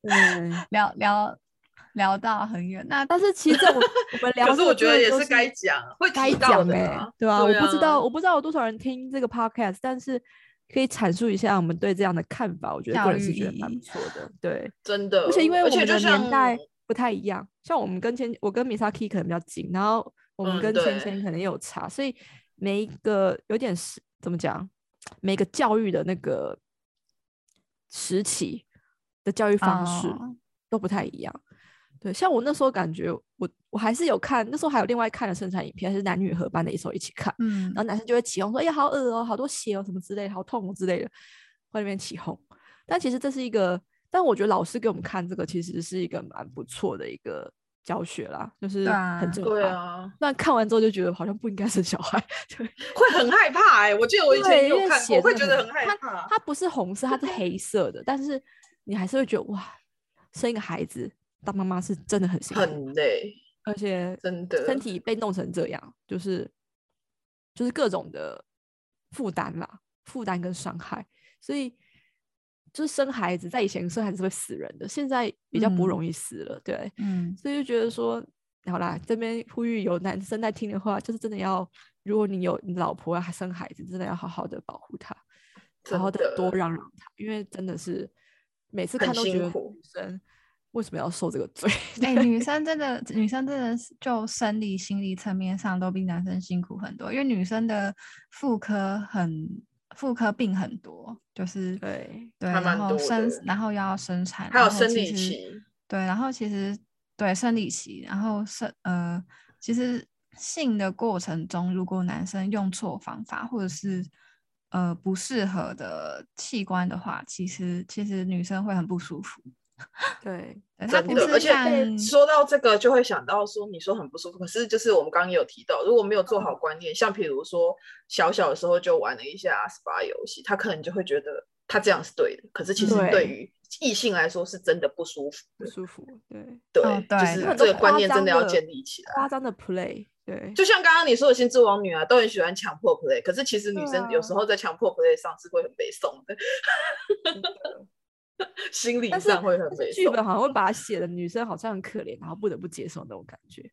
Speaker 2: 对，
Speaker 5: 嗯
Speaker 4: 聊聊聊到很远。那
Speaker 2: 但是其实这我我们聊
Speaker 5: 可
Speaker 2: 这个真的就是，
Speaker 5: 是我觉得也是该讲，会
Speaker 2: 该
Speaker 5: 提到
Speaker 2: 讲
Speaker 5: 的
Speaker 2: 哎、
Speaker 5: 啊，
Speaker 2: 对啊，
Speaker 5: 对
Speaker 2: 我不知道，我不知道有多少人听这个 podcast，但是可以阐述一下我们对这样的看法。我觉得
Speaker 4: 教
Speaker 2: 个人是
Speaker 4: 育
Speaker 2: 觉得
Speaker 4: 意
Speaker 2: 蛮
Speaker 4: 义
Speaker 2: 不错的，对。
Speaker 5: 真的。
Speaker 2: 而且因为我们
Speaker 5: 就
Speaker 2: 的
Speaker 5: 像
Speaker 2: 年代不太一样，像我们跟千，我跟米莎 K 可能比较近，然后我们
Speaker 5: 嗯
Speaker 2: 跟
Speaker 5: 对
Speaker 2: 芊芊可能也有差，所以每一个有点是怎么讲，每个教育的那个时期的教育方式
Speaker 4: 哦
Speaker 2: 都不太一样。对，像我那时候感觉我我还是有看，那时候还有另外看了生产影片，还是男女合班的一时候一起看，
Speaker 4: 嗯
Speaker 2: 然后男生就会起哄说：“哎呀，好恶哦、好多血哦、什么之类的，好痛哦、之类的，会在那边起哄。”但其实这是一个，但我觉得老师给我们看这个，其实是一个蛮不错的一个教学啦，就是
Speaker 4: 对啊
Speaker 2: 很正常。
Speaker 5: 对啊，
Speaker 2: 那看完之后就觉得好像不应该生小孩，对，
Speaker 5: 会很害怕哎、我记 得我以前
Speaker 2: 对
Speaker 5: 有
Speaker 2: 因为
Speaker 5: 看过，
Speaker 2: 血
Speaker 5: 会
Speaker 2: 真
Speaker 5: 觉
Speaker 2: 的
Speaker 5: 得
Speaker 2: 很
Speaker 5: 很害怕。
Speaker 2: 它不是红色，它是黑色的，但是你还是会觉得哇，生一个孩子当妈妈是真的很辛苦，
Speaker 5: 很累，
Speaker 2: 而且
Speaker 5: 真的
Speaker 2: 身体被弄成这样，就是就是各种的负担啦，负担跟伤害，所以就是生孩子，在以前生孩子是会死人的，现在比较不
Speaker 4: 嗯
Speaker 2: 容易死了，对，
Speaker 4: 嗯，
Speaker 2: 所以就觉得说，好啦，这边呼吁有男生在听的话，就是真的要，如果你有你老婆啊生孩子，真的要好好的保护她，好好
Speaker 5: 真
Speaker 2: 的多
Speaker 5: 的
Speaker 2: 让让她，因为真的是每次
Speaker 5: 很
Speaker 2: 看都觉
Speaker 5: 辛
Speaker 2: 得
Speaker 5: 苦
Speaker 2: 女生为什么要受这个罪？
Speaker 4: 哎、女生真的，女生真的是就生理、心理层面上都比男生辛苦很多，因为女生的妇科很妇科病很多，就是
Speaker 2: 对
Speaker 4: 对，
Speaker 5: 还蛮
Speaker 4: 然后
Speaker 5: 多
Speaker 4: 生
Speaker 5: 的，
Speaker 4: 然后又要生产，
Speaker 5: 还有
Speaker 4: 然后
Speaker 5: 生
Speaker 4: 其
Speaker 5: 理
Speaker 4: 实
Speaker 5: 期，
Speaker 4: 对，然后其实对生理期，然后生呃，其实性的过程中，如果男生用错方法或者是呃不适合的器官的话，其实其实女生会很不舒服。
Speaker 2: 对，
Speaker 4: 对，它
Speaker 5: 真
Speaker 4: 哎不
Speaker 5: 的，而
Speaker 4: 是
Speaker 5: 且
Speaker 4: 像
Speaker 5: 说到这个，就会想到说，你说很不舒服，可是就是我们刚刚也有提到，如果没有做好
Speaker 2: 嗯
Speaker 5: 观念，像比如说小小的时候就玩了一下 SPA 游戏，他可能就会觉得他这样是对的，可是其实
Speaker 2: 对
Speaker 5: 对于异性来说是真的不舒服
Speaker 2: 不
Speaker 5: 的。
Speaker 2: 舒服，对，
Speaker 5: 对，
Speaker 4: 哦对
Speaker 5: 就是
Speaker 2: 很
Speaker 5: 这
Speaker 2: 多
Speaker 5: 个观
Speaker 2: 夸
Speaker 5: 念真的
Speaker 2: 张
Speaker 5: 要
Speaker 2: 的
Speaker 5: 建立起来。
Speaker 2: 夸张的 play，对，
Speaker 5: 就像刚刚你说的《新之王女》啊，都很喜欢强迫 play，可是其实女
Speaker 2: 对
Speaker 5: 生有
Speaker 2: 啊
Speaker 5: 时候在强迫 play 上是会很悲痛的， 心理
Speaker 2: 但是
Speaker 5: 上会很
Speaker 2: 但
Speaker 5: 悲
Speaker 2: 是剧
Speaker 5: 痛。
Speaker 2: 本好像会把它写的女生好像很可怜，然后不得不接受那种感觉，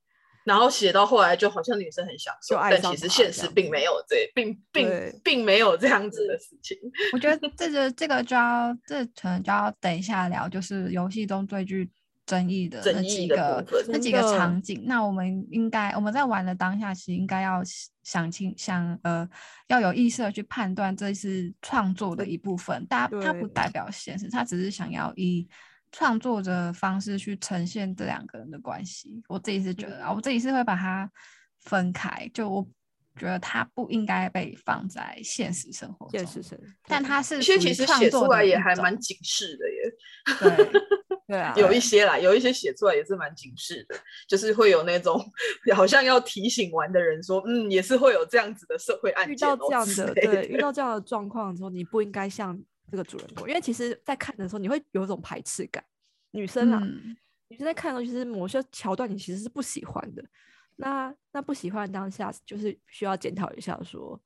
Speaker 5: 然后写到后来就好像女生很享受，
Speaker 2: 就爱
Speaker 5: 但
Speaker 2: 上
Speaker 5: 其实
Speaker 2: 他
Speaker 5: 现
Speaker 2: 这
Speaker 5: 实
Speaker 2: 样
Speaker 5: 并
Speaker 2: 子
Speaker 5: 没有这，并并
Speaker 2: 对
Speaker 5: 并没有这样子的事情。
Speaker 4: 我觉得这个这个就要这可能就要等一下聊，就是游戏中最具争议的
Speaker 5: 争
Speaker 4: 那
Speaker 5: 议
Speaker 4: 几
Speaker 5: 的
Speaker 4: 个
Speaker 5: 部分
Speaker 4: 那
Speaker 2: 真
Speaker 4: 几个
Speaker 2: 的
Speaker 4: 场景。那我们应该我们在玩的当下，其实应该要想清想呃要有意识的去判断这是创作的一部分，但它不
Speaker 2: 对
Speaker 4: 代表现实，它只是想要以。创作者的方式去呈现这两个人的关系，我自己是觉得啊，我自己是会把它分开，就我觉得它不应该被放在现实生活中。
Speaker 2: 现实生，
Speaker 4: 但
Speaker 2: 对
Speaker 4: 它是
Speaker 5: 有些
Speaker 4: 属于
Speaker 5: 其实
Speaker 4: 创
Speaker 5: 写
Speaker 4: 作
Speaker 5: 出
Speaker 4: 的
Speaker 5: 来也
Speaker 4: 一
Speaker 5: 还蛮
Speaker 4: 种
Speaker 5: 警示的耶，
Speaker 4: 对
Speaker 2: 对啊，
Speaker 5: 有一些啦，有一些写出来也是蛮警示的，就是会有那种好像要提醒完的人说，嗯，也是会有这样子的社会案
Speaker 2: 遇
Speaker 5: 件
Speaker 2: 到
Speaker 5: 哦
Speaker 2: 这样
Speaker 5: 之
Speaker 2: 的，
Speaker 5: 类
Speaker 2: 对，遇到这样的状况之后，你不应该像这个主人公，因为其实，在看的时候，你会有一种排斥感。女生啊，
Speaker 4: 嗯
Speaker 2: 女生在看的时候，其实某些桥段你其实是不喜欢的。那那不喜欢的当下，就是需要检讨一下说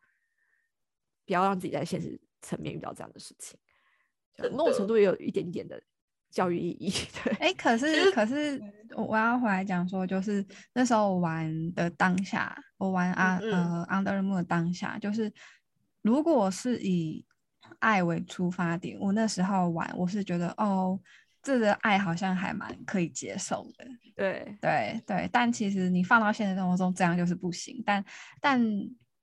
Speaker 2: 不要让自己在现实层面遇到这样的事情。对
Speaker 5: 真
Speaker 2: 某种
Speaker 5: 的
Speaker 2: 程度也有一点点的教育意义，对，
Speaker 4: 哎、可是可是我我要回来讲说，就是那时候我玩的当下，我玩啊
Speaker 5: 嗯
Speaker 4: 呃 Under the Moon 的当下，就是如果是以爱为出发点，我那时候玩，我是觉得哦，这个爱好像还蛮可以接受的，
Speaker 2: 对，
Speaker 4: 对对，但其实你放到现实生活中，这样就是不行。但但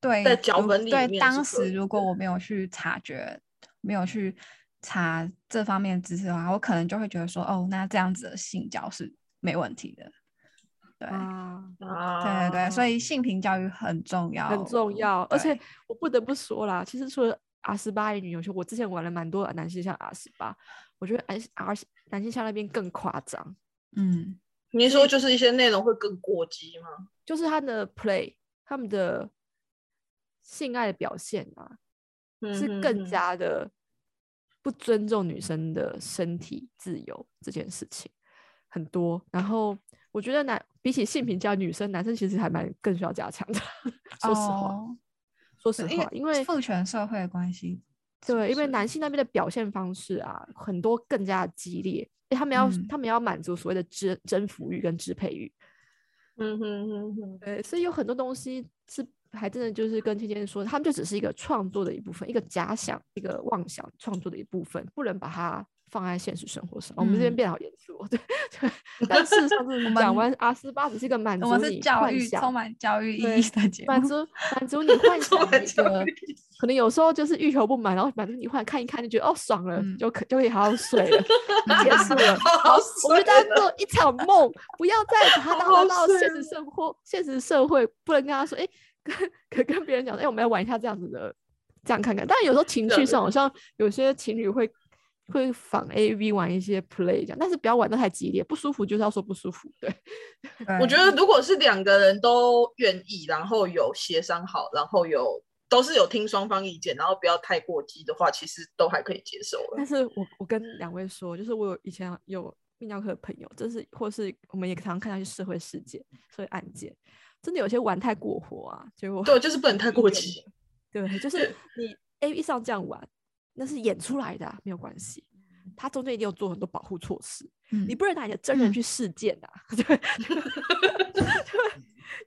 Speaker 4: 对，
Speaker 5: 在脚
Speaker 4: 如
Speaker 5: 本里
Speaker 4: 对
Speaker 5: 面是
Speaker 4: 当
Speaker 5: 可
Speaker 4: 时
Speaker 5: 以
Speaker 4: 如果我没有去察觉，没有去查这方面的知识的话，我可能就会觉得说，哦，那这样子的性交是没问题的。对、
Speaker 2: 啊，
Speaker 5: 的
Speaker 4: 对
Speaker 5: 啊，
Speaker 4: 对对，所以性平教育很重要，
Speaker 2: 很重要。而且
Speaker 4: 对
Speaker 2: 我不得不说啦，其实除了 R 十八女游戏，我之前玩了蛮多的男性向 R 十八，我觉得 R R 男性向那边更夸张，
Speaker 4: 嗯，
Speaker 5: 您说就是一些内容会更过激吗？
Speaker 2: 就是他的 play，他们的性爱的表现啊，是
Speaker 5: 嗯
Speaker 2: 更。
Speaker 5: 嗯嗯
Speaker 2: 加的不尊重女生的身体自由这件事情很多。然后我觉得男比起性平教女生，男生其实还蛮更需要加强的。 说实话，
Speaker 4: 哦
Speaker 2: 说实
Speaker 4: 对
Speaker 2: 话，因为
Speaker 4: 父权社会的关系是不是，
Speaker 2: 对，因为男性那边的表现方式啊，很多更加激烈，因为他们要、
Speaker 4: 嗯
Speaker 2: 他们要满足所谓的征征服欲跟支配欲，
Speaker 5: 嗯哼哼哼，
Speaker 2: 对，所以有很多东西是还真的就是跟芊芊说，他们就只是一个创作的一部分，一个假想、一个妄想创作的一部分，不能把它放在现实生活上。我们这边
Speaker 4: 嗯
Speaker 2: 变得好严肃哦，对 对，但事实上就是讲
Speaker 4: 们
Speaker 2: 完阿斯巴只是一个满
Speaker 4: 我
Speaker 2: 足
Speaker 4: 们是
Speaker 2: 你
Speaker 4: 教
Speaker 2: 幻
Speaker 4: 育
Speaker 2: 想，
Speaker 4: 充满教育意
Speaker 2: 对
Speaker 4: 义的节
Speaker 2: 满
Speaker 4: 目，
Speaker 2: 足满足你幻
Speaker 5: 充
Speaker 2: 想
Speaker 5: 满
Speaker 2: 的一
Speaker 5: 教
Speaker 2: 个，可能有时候就是欲求不满，然后满足你幻看一看就觉得哦爽了，
Speaker 4: 嗯
Speaker 2: 就可就可以好好睡 了，结束了。
Speaker 5: 好
Speaker 2: 好
Speaker 5: 好
Speaker 2: 我们
Speaker 5: 睡
Speaker 2: 在
Speaker 5: 了
Speaker 2: 做一场梦，不要再把它
Speaker 5: 好
Speaker 2: 当
Speaker 5: 好
Speaker 2: 做到
Speaker 5: 睡
Speaker 2: 现实生活、现实社会，不能跟他说，哎、跟跟跟别人讲，哎、我们来玩一下这样子的，这样看看。但有时候情
Speaker 5: 这
Speaker 2: 绪
Speaker 5: 样
Speaker 2: 上，好像有些情侣会会仿 A V 玩一些 play 这样，但是不要玩的太激烈，不舒服就是要说不舒服。对，
Speaker 5: 我觉得如果是两个人都愿意，然后有协商好，然后有都是有听双方意见，然后不要太过激的话，其实都还可以接受了
Speaker 2: 但。是我我跟两位说，就是我有以前有泌尿科的朋友，真是或是我们也常常看到一些社会事件、社会案件，真的有些玩太过火啊，结果
Speaker 5: 对，就是不能太过激。
Speaker 2: 对，就是你 A V 上这样玩，那是演出来的啊、没有关系。
Speaker 5: 嗯
Speaker 2: 他中间一定有做很多保护措施，
Speaker 4: 嗯
Speaker 2: 你不能拿你的真人去试剑啊！ 对，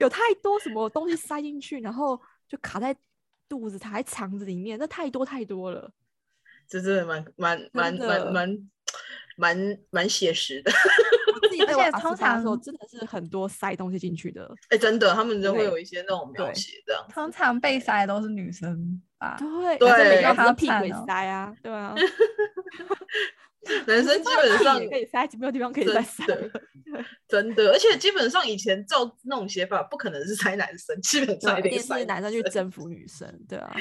Speaker 2: 有太多什么东西塞进去，然后就卡在肚子、卡在肠子里面，那太多太多了。
Speaker 5: 这真的蛮蛮蛮
Speaker 2: 真
Speaker 5: 蛮
Speaker 2: 的
Speaker 5: 蛮蛮蛮写实的。
Speaker 2: 哎我自己
Speaker 4: 而
Speaker 2: 在玩
Speaker 4: 且
Speaker 2: 阿斯
Speaker 4: 通
Speaker 2: 巴的时候
Speaker 4: 常
Speaker 2: 真的是很多塞东西进去的，
Speaker 5: 哎、真的，他们就会
Speaker 2: 对
Speaker 5: 有一些那种描
Speaker 2: 对
Speaker 5: 写这样。
Speaker 4: 通常被塞的都是女生吧？
Speaker 2: 对，
Speaker 5: 对
Speaker 2: 而且每个
Speaker 5: 好
Speaker 2: 人都屁
Speaker 4: 惨
Speaker 2: 股也
Speaker 4: 哦
Speaker 2: 塞啊，对啊，
Speaker 5: 男生基本上
Speaker 2: 屁也可以塞，没有地方可以再塞
Speaker 5: 真
Speaker 2: 了。
Speaker 5: 的真的，而且基本上以前照那种写法，不可能是塞男生，基本
Speaker 2: 对啊
Speaker 5: 上
Speaker 2: 一
Speaker 5: 定
Speaker 2: 定
Speaker 5: 塞
Speaker 2: 是男生去
Speaker 5: 生
Speaker 2: 征服女生，对 啊。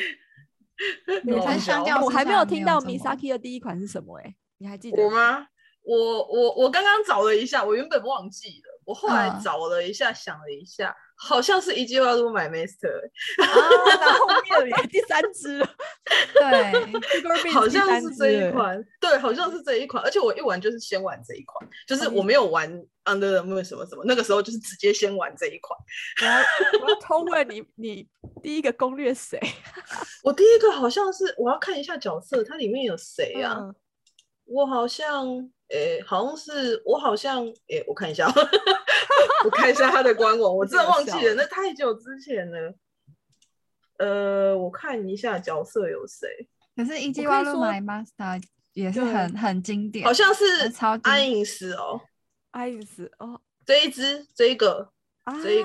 Speaker 4: 女
Speaker 5: 搞
Speaker 4: 生相
Speaker 5: 笑
Speaker 4: 较
Speaker 2: 我
Speaker 4: 之
Speaker 2: 还没
Speaker 4: 下
Speaker 2: 有听到
Speaker 4: 什么
Speaker 2: Misaki 的第一款是什么哎、你还记得
Speaker 5: 我？吗？我我我刚刚找了一下，我原本忘记了，我后来
Speaker 4: 嗯
Speaker 5: 找了一下，想了一下，好像是一句话都买 master，
Speaker 4: 啊，然后
Speaker 2: 后面了耶，第三支 了，
Speaker 4: 对，
Speaker 5: 好像是这一。款，对，好像是这一款。而且我一玩就是先玩这一款，就是
Speaker 2: 哦
Speaker 5: 我
Speaker 2: 你
Speaker 5: 没有玩 Under the Moon 什么什么，那个时候就是直接先玩这一款。
Speaker 2: 我要我要偷问你，你第一个攻略谁？
Speaker 5: 我第一个好像是我要看一下角色，它里面有谁啊？
Speaker 2: 嗯
Speaker 5: 我好像，诶、好像是我好像，诶、我看一下哦， 我看一下他的官网，我真的忘记了，那太久之前了。呃，我看一下角色有谁，
Speaker 4: 可是《一季
Speaker 2: 我可
Speaker 4: 万
Speaker 2: 以
Speaker 4: 路
Speaker 2: 说
Speaker 4: My Master》也是
Speaker 2: 对
Speaker 4: 很很经典，
Speaker 5: 好像是
Speaker 4: 那超经
Speaker 5: 阿影斯哦，
Speaker 2: 爱丽丝哦
Speaker 5: 这一只，这一个，
Speaker 2: 啊，
Speaker 5: 所以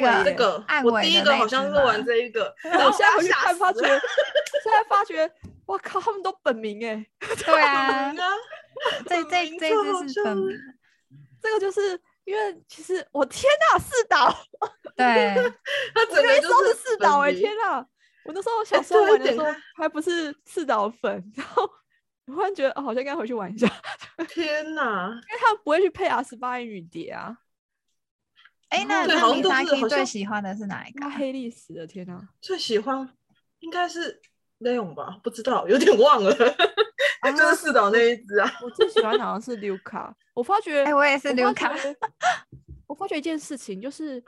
Speaker 4: 个
Speaker 5: 这
Speaker 4: 对
Speaker 5: 个
Speaker 4: 暗，
Speaker 5: 我
Speaker 4: 尾
Speaker 5: 第
Speaker 4: 的
Speaker 5: 一个
Speaker 4: 那
Speaker 5: 好
Speaker 4: 一
Speaker 5: 像
Speaker 4: 只
Speaker 5: 是
Speaker 4: 吧
Speaker 5: 玩这一 个，
Speaker 2: 我现在回去
Speaker 5: 吓
Speaker 2: 看，
Speaker 5: 死
Speaker 2: 发觉，
Speaker 5: 了
Speaker 2: 现在发觉，我靠，他们都本名哎、
Speaker 4: 对啊
Speaker 5: 本，名啊，
Speaker 4: 这
Speaker 5: 本
Speaker 4: 这
Speaker 5: 名
Speaker 4: 这
Speaker 5: 超好
Speaker 4: 只是本
Speaker 5: 笑的
Speaker 4: 名，
Speaker 2: 这个就是因为其实我天呐，四岛，
Speaker 4: 对，
Speaker 5: 他
Speaker 2: 我
Speaker 5: 整
Speaker 2: 可
Speaker 5: 个
Speaker 2: 以
Speaker 5: 就
Speaker 2: 搜
Speaker 5: 是
Speaker 2: 四
Speaker 5: 本
Speaker 2: 岛哎、
Speaker 5: 名
Speaker 2: 天呐！我那时候
Speaker 5: 哎
Speaker 2: 小时候
Speaker 5: 对
Speaker 2: 玩的
Speaker 5: 点
Speaker 2: 时候
Speaker 5: 开
Speaker 2: 还不是四岛粉，然后我突然觉得哦，好像该回去玩一下。
Speaker 5: 天哪，
Speaker 2: 因为他们不会去配阿斯巴英语碟啊，
Speaker 4: 哎，那
Speaker 5: 对
Speaker 4: 那
Speaker 5: 好像
Speaker 4: 米
Speaker 5: 都
Speaker 4: 莎
Speaker 5: 是好
Speaker 4: i 最
Speaker 5: 像
Speaker 4: 喜欢的是哪一个
Speaker 2: 那
Speaker 4: 啊？
Speaker 2: 黑历史的天啊！
Speaker 5: 最喜欢应该是 Leon 吧，不知道，有点忘了， 就是四岛那一只啊。
Speaker 2: 我最喜欢好像是刘卡，我发觉，
Speaker 4: 哎，我也是
Speaker 2: 我
Speaker 4: 刘
Speaker 2: 发
Speaker 4: 卡，
Speaker 2: 觉 我发觉一件事情，就是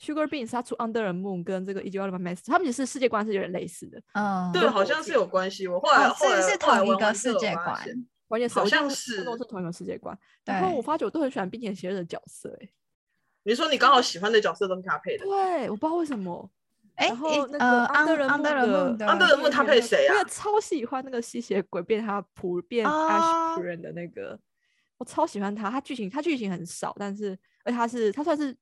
Speaker 2: Sugar Beans 他出 Under the Moon 跟这个 e g o l m a s t 他们其实世界观是有点类似的，
Speaker 4: 嗯，
Speaker 5: 对，好像是有关系。我后来、
Speaker 4: 哦
Speaker 5: 后来
Speaker 4: 是是
Speaker 5: 后来
Speaker 4: 同一
Speaker 5: 玩
Speaker 4: 个
Speaker 5: 完
Speaker 4: 世
Speaker 5: 之后
Speaker 4: 界
Speaker 5: 发
Speaker 4: 观，
Speaker 5: 现
Speaker 2: 完全是
Speaker 5: 好
Speaker 2: 我觉得
Speaker 5: 像
Speaker 2: 他们都
Speaker 5: 是
Speaker 2: 是同一个世界观。
Speaker 4: 对
Speaker 2: 然后我发觉我都很喜欢冰田邪恶的角色、欸，
Speaker 5: 你说你刚好喜欢的角色都是他配
Speaker 4: 嗯
Speaker 5: 的，
Speaker 2: 对，我不知道为什么。
Speaker 4: 哎，
Speaker 2: 然
Speaker 4: 一
Speaker 2: 后那
Speaker 4: 呃
Speaker 2: 个 Under the
Speaker 4: ，Under the Moon
Speaker 2: Moon
Speaker 4: 的
Speaker 2: 的
Speaker 5: Under the Moon 他配谁啊
Speaker 2: 我也超喜欢那个吸血鬼变他仆变
Speaker 4: 啊
Speaker 2: Ash 仆人的那个，我超喜欢他。他剧情他剧情很少，但是而且他是他算是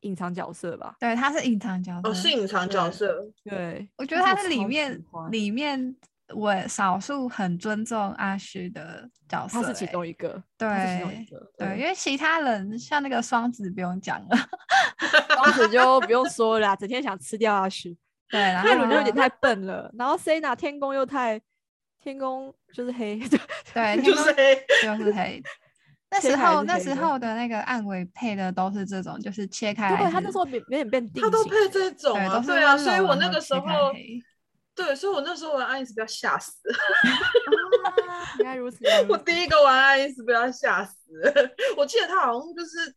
Speaker 2: 隐藏角色吧？
Speaker 4: 对，他是隐藏角色，
Speaker 5: 哦，是隐藏角色，
Speaker 2: 对，
Speaker 4: 我觉得他是里
Speaker 2: 超喜
Speaker 4: 面
Speaker 2: 欢
Speaker 4: 里面我少数很尊重阿虚的角色、欸，
Speaker 2: 他是其中一个，他是其中一
Speaker 4: 对
Speaker 2: 个，
Speaker 4: 对，因为其他人像那个双子不用讲了，
Speaker 2: 当时就不用说了啦，啊整天想吃掉阿许。
Speaker 4: 对，然后
Speaker 2: 泰鲁就有点
Speaker 5: 啊
Speaker 2: 太笨了，然后 Sena 天宫又太天宫就是黑，
Speaker 4: 对，
Speaker 5: 就
Speaker 4: 天
Speaker 5: 是
Speaker 4: 空
Speaker 5: 黑
Speaker 4: 就是 黑。那
Speaker 2: 切
Speaker 4: 时
Speaker 2: 开还
Speaker 4: 候
Speaker 2: 是
Speaker 4: 那
Speaker 2: 黑
Speaker 4: 时
Speaker 2: 的
Speaker 4: 候的那个暗尾配的都是这种，就是切开来
Speaker 2: 对，
Speaker 4: 是，
Speaker 2: 他那时候有点变定
Speaker 5: 他都
Speaker 2: 型
Speaker 5: 配
Speaker 2: 了
Speaker 5: 这种
Speaker 4: 对
Speaker 5: 啊
Speaker 4: 都，是
Speaker 5: 对啊，
Speaker 4: 温
Speaker 5: 所以
Speaker 4: 柔
Speaker 5: 我
Speaker 4: 然
Speaker 5: 那
Speaker 4: 后
Speaker 5: 个
Speaker 4: 切
Speaker 5: 时
Speaker 4: 开
Speaker 5: 候，
Speaker 4: 黑
Speaker 5: 对，所以我那时候玩爱丽丝被他吓死，
Speaker 4: 嗯
Speaker 2: 啊原来如此，原来如
Speaker 5: 我
Speaker 2: 此
Speaker 5: 第一个玩爱丽丝被他吓死， 我记得他好像就是。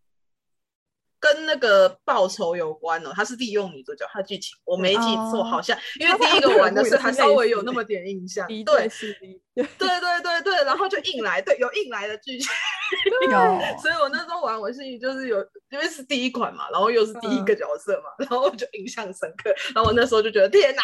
Speaker 5: 跟那个报仇有关哦，他是利用女主角，他剧情我没记错，
Speaker 4: 哦
Speaker 5: 好像因为
Speaker 2: 他在
Speaker 5: 第一个
Speaker 2: Under the
Speaker 5: 玩的
Speaker 2: Moon 也
Speaker 5: 时候
Speaker 2: 是
Speaker 5: 还
Speaker 2: 类
Speaker 5: 稍微有
Speaker 2: 似
Speaker 5: 那
Speaker 2: 的
Speaker 5: 么点印象，
Speaker 2: 敌
Speaker 5: 对
Speaker 2: 对是敌对，
Speaker 5: 对对对对，然后就硬来，对，有硬来的剧情，
Speaker 4: 有，
Speaker 5: 所以我那时候玩，我是就是有，因为是第一款嘛，然后又是第
Speaker 2: 嗯
Speaker 5: 一个角色嘛，然后我就印象深刻。然后我那时候就觉得天哪，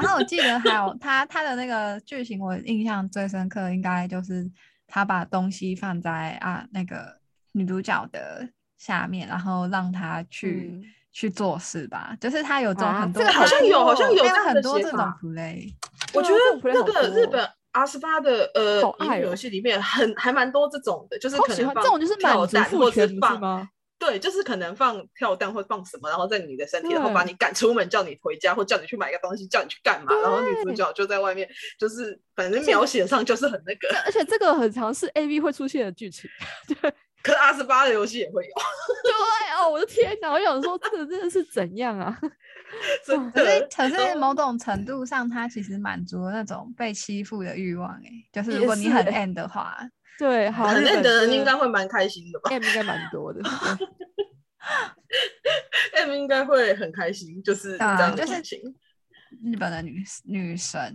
Speaker 4: 然后我记得还有他他的那个剧情，我印象最深刻应该就是他把东西放在啊那个女主角的下面，然后让她去、
Speaker 2: 嗯
Speaker 4: 去做事吧。就是他有做
Speaker 2: 啊
Speaker 4: 很
Speaker 2: 这
Speaker 4: 多
Speaker 5: 个
Speaker 4: 很多，
Speaker 5: 好像有好像有
Speaker 4: 对
Speaker 5: 这样
Speaker 4: 很
Speaker 5: 的
Speaker 4: 多
Speaker 5: 写
Speaker 4: 这种
Speaker 5: 法
Speaker 4: play，
Speaker 5: 我觉
Speaker 2: 对啊这种
Speaker 5: 得
Speaker 2: play
Speaker 5: 那
Speaker 2: 好
Speaker 5: 个
Speaker 2: 多
Speaker 5: 日
Speaker 2: 哦
Speaker 5: 本阿斯巴的呃
Speaker 2: 好
Speaker 5: 乙
Speaker 2: 爱
Speaker 5: 女
Speaker 2: 哦
Speaker 5: 游戏里面很还蛮多这种的，就是
Speaker 2: 超
Speaker 5: 可
Speaker 2: 喜
Speaker 5: 能
Speaker 2: 欢
Speaker 5: 放
Speaker 2: 这种就是满
Speaker 5: 跳
Speaker 2: 足
Speaker 5: 蛋
Speaker 2: 父
Speaker 5: 或
Speaker 2: 权不
Speaker 5: 是
Speaker 2: 是
Speaker 5: 放
Speaker 2: 吗？
Speaker 5: 对，就是可能放跳蛋或放什么，然后在你的身体，然后把
Speaker 2: 对
Speaker 5: 你赶出门，叫你回家，或叫你去买个东西，叫你去干嘛，然后女主
Speaker 2: 对
Speaker 5: 角就在外面，就是反正
Speaker 2: 这
Speaker 5: 描
Speaker 2: 个
Speaker 5: 写上就是很那个。
Speaker 2: 而且这个很常是 A V 会出现的剧 情。对
Speaker 5: 可是阿十八的游戏也会
Speaker 2: 哦
Speaker 5: 有，
Speaker 2: 对哦，我的天哪！我想说，这个真的是怎样啊？
Speaker 5: 真
Speaker 4: 可是
Speaker 5: 的。
Speaker 4: 可是
Speaker 5: 然后
Speaker 4: 某种程度上，它其实满足了那种被欺负的欲望、欸，就是如
Speaker 2: 也
Speaker 4: 果你
Speaker 2: 是
Speaker 4: 很
Speaker 2: 欸
Speaker 4: M 的话，
Speaker 2: 对，好，
Speaker 5: 很
Speaker 2: 日
Speaker 5: 认
Speaker 2: 本
Speaker 5: 的人
Speaker 2: 真
Speaker 5: 应该会蛮开心的吧
Speaker 2: M 应该蛮多的。 对
Speaker 5: ，M 应该会很开心，就是这
Speaker 4: 啊
Speaker 5: 样的
Speaker 4: 就是
Speaker 5: 剧情。
Speaker 4: 日本的女女神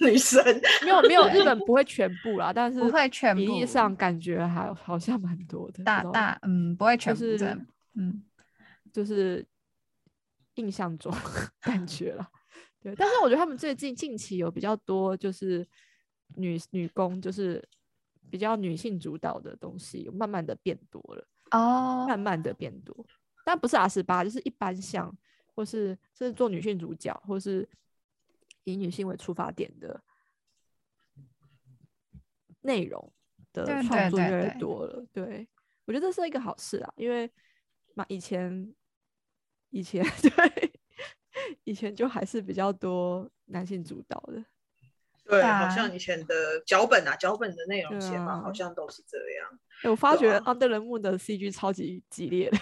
Speaker 5: 女生，
Speaker 2: 没有没有，日本不会全部啦，但是
Speaker 4: 不会全
Speaker 2: 比例
Speaker 4: 部
Speaker 2: 上感觉还好像蛮多的。
Speaker 4: 大
Speaker 2: 不知道
Speaker 4: 大，嗯，不会全
Speaker 2: 就
Speaker 4: 部真的，
Speaker 2: 是
Speaker 4: 嗯，
Speaker 2: 就是印象中 感觉了。对，但是我觉得他们最近近期有比较多就是女女工，就是比较女性主导的东西，慢慢的变多了，
Speaker 4: 哦
Speaker 2: 慢慢的变多。但不是 R 十八，就是一般像，或是甚至做女性主角，或是以女性为出发点的内容的
Speaker 4: 对对
Speaker 2: 创作
Speaker 4: 对
Speaker 2: 越来越
Speaker 4: 对
Speaker 2: 多了。对，我觉得这是一个好事啊，因为嘛，以前以前 对以前就还是比较多男性主导的。
Speaker 5: 对，
Speaker 4: 啊
Speaker 5: 好像以前的脚本啊，脚本的内容
Speaker 2: 对
Speaker 5: 写法好
Speaker 2: 啊
Speaker 5: 像都是这样，
Speaker 2: 欸我发
Speaker 5: 对
Speaker 2: 觉
Speaker 5: 啊
Speaker 2: 安德人木的 CG 超级激烈的，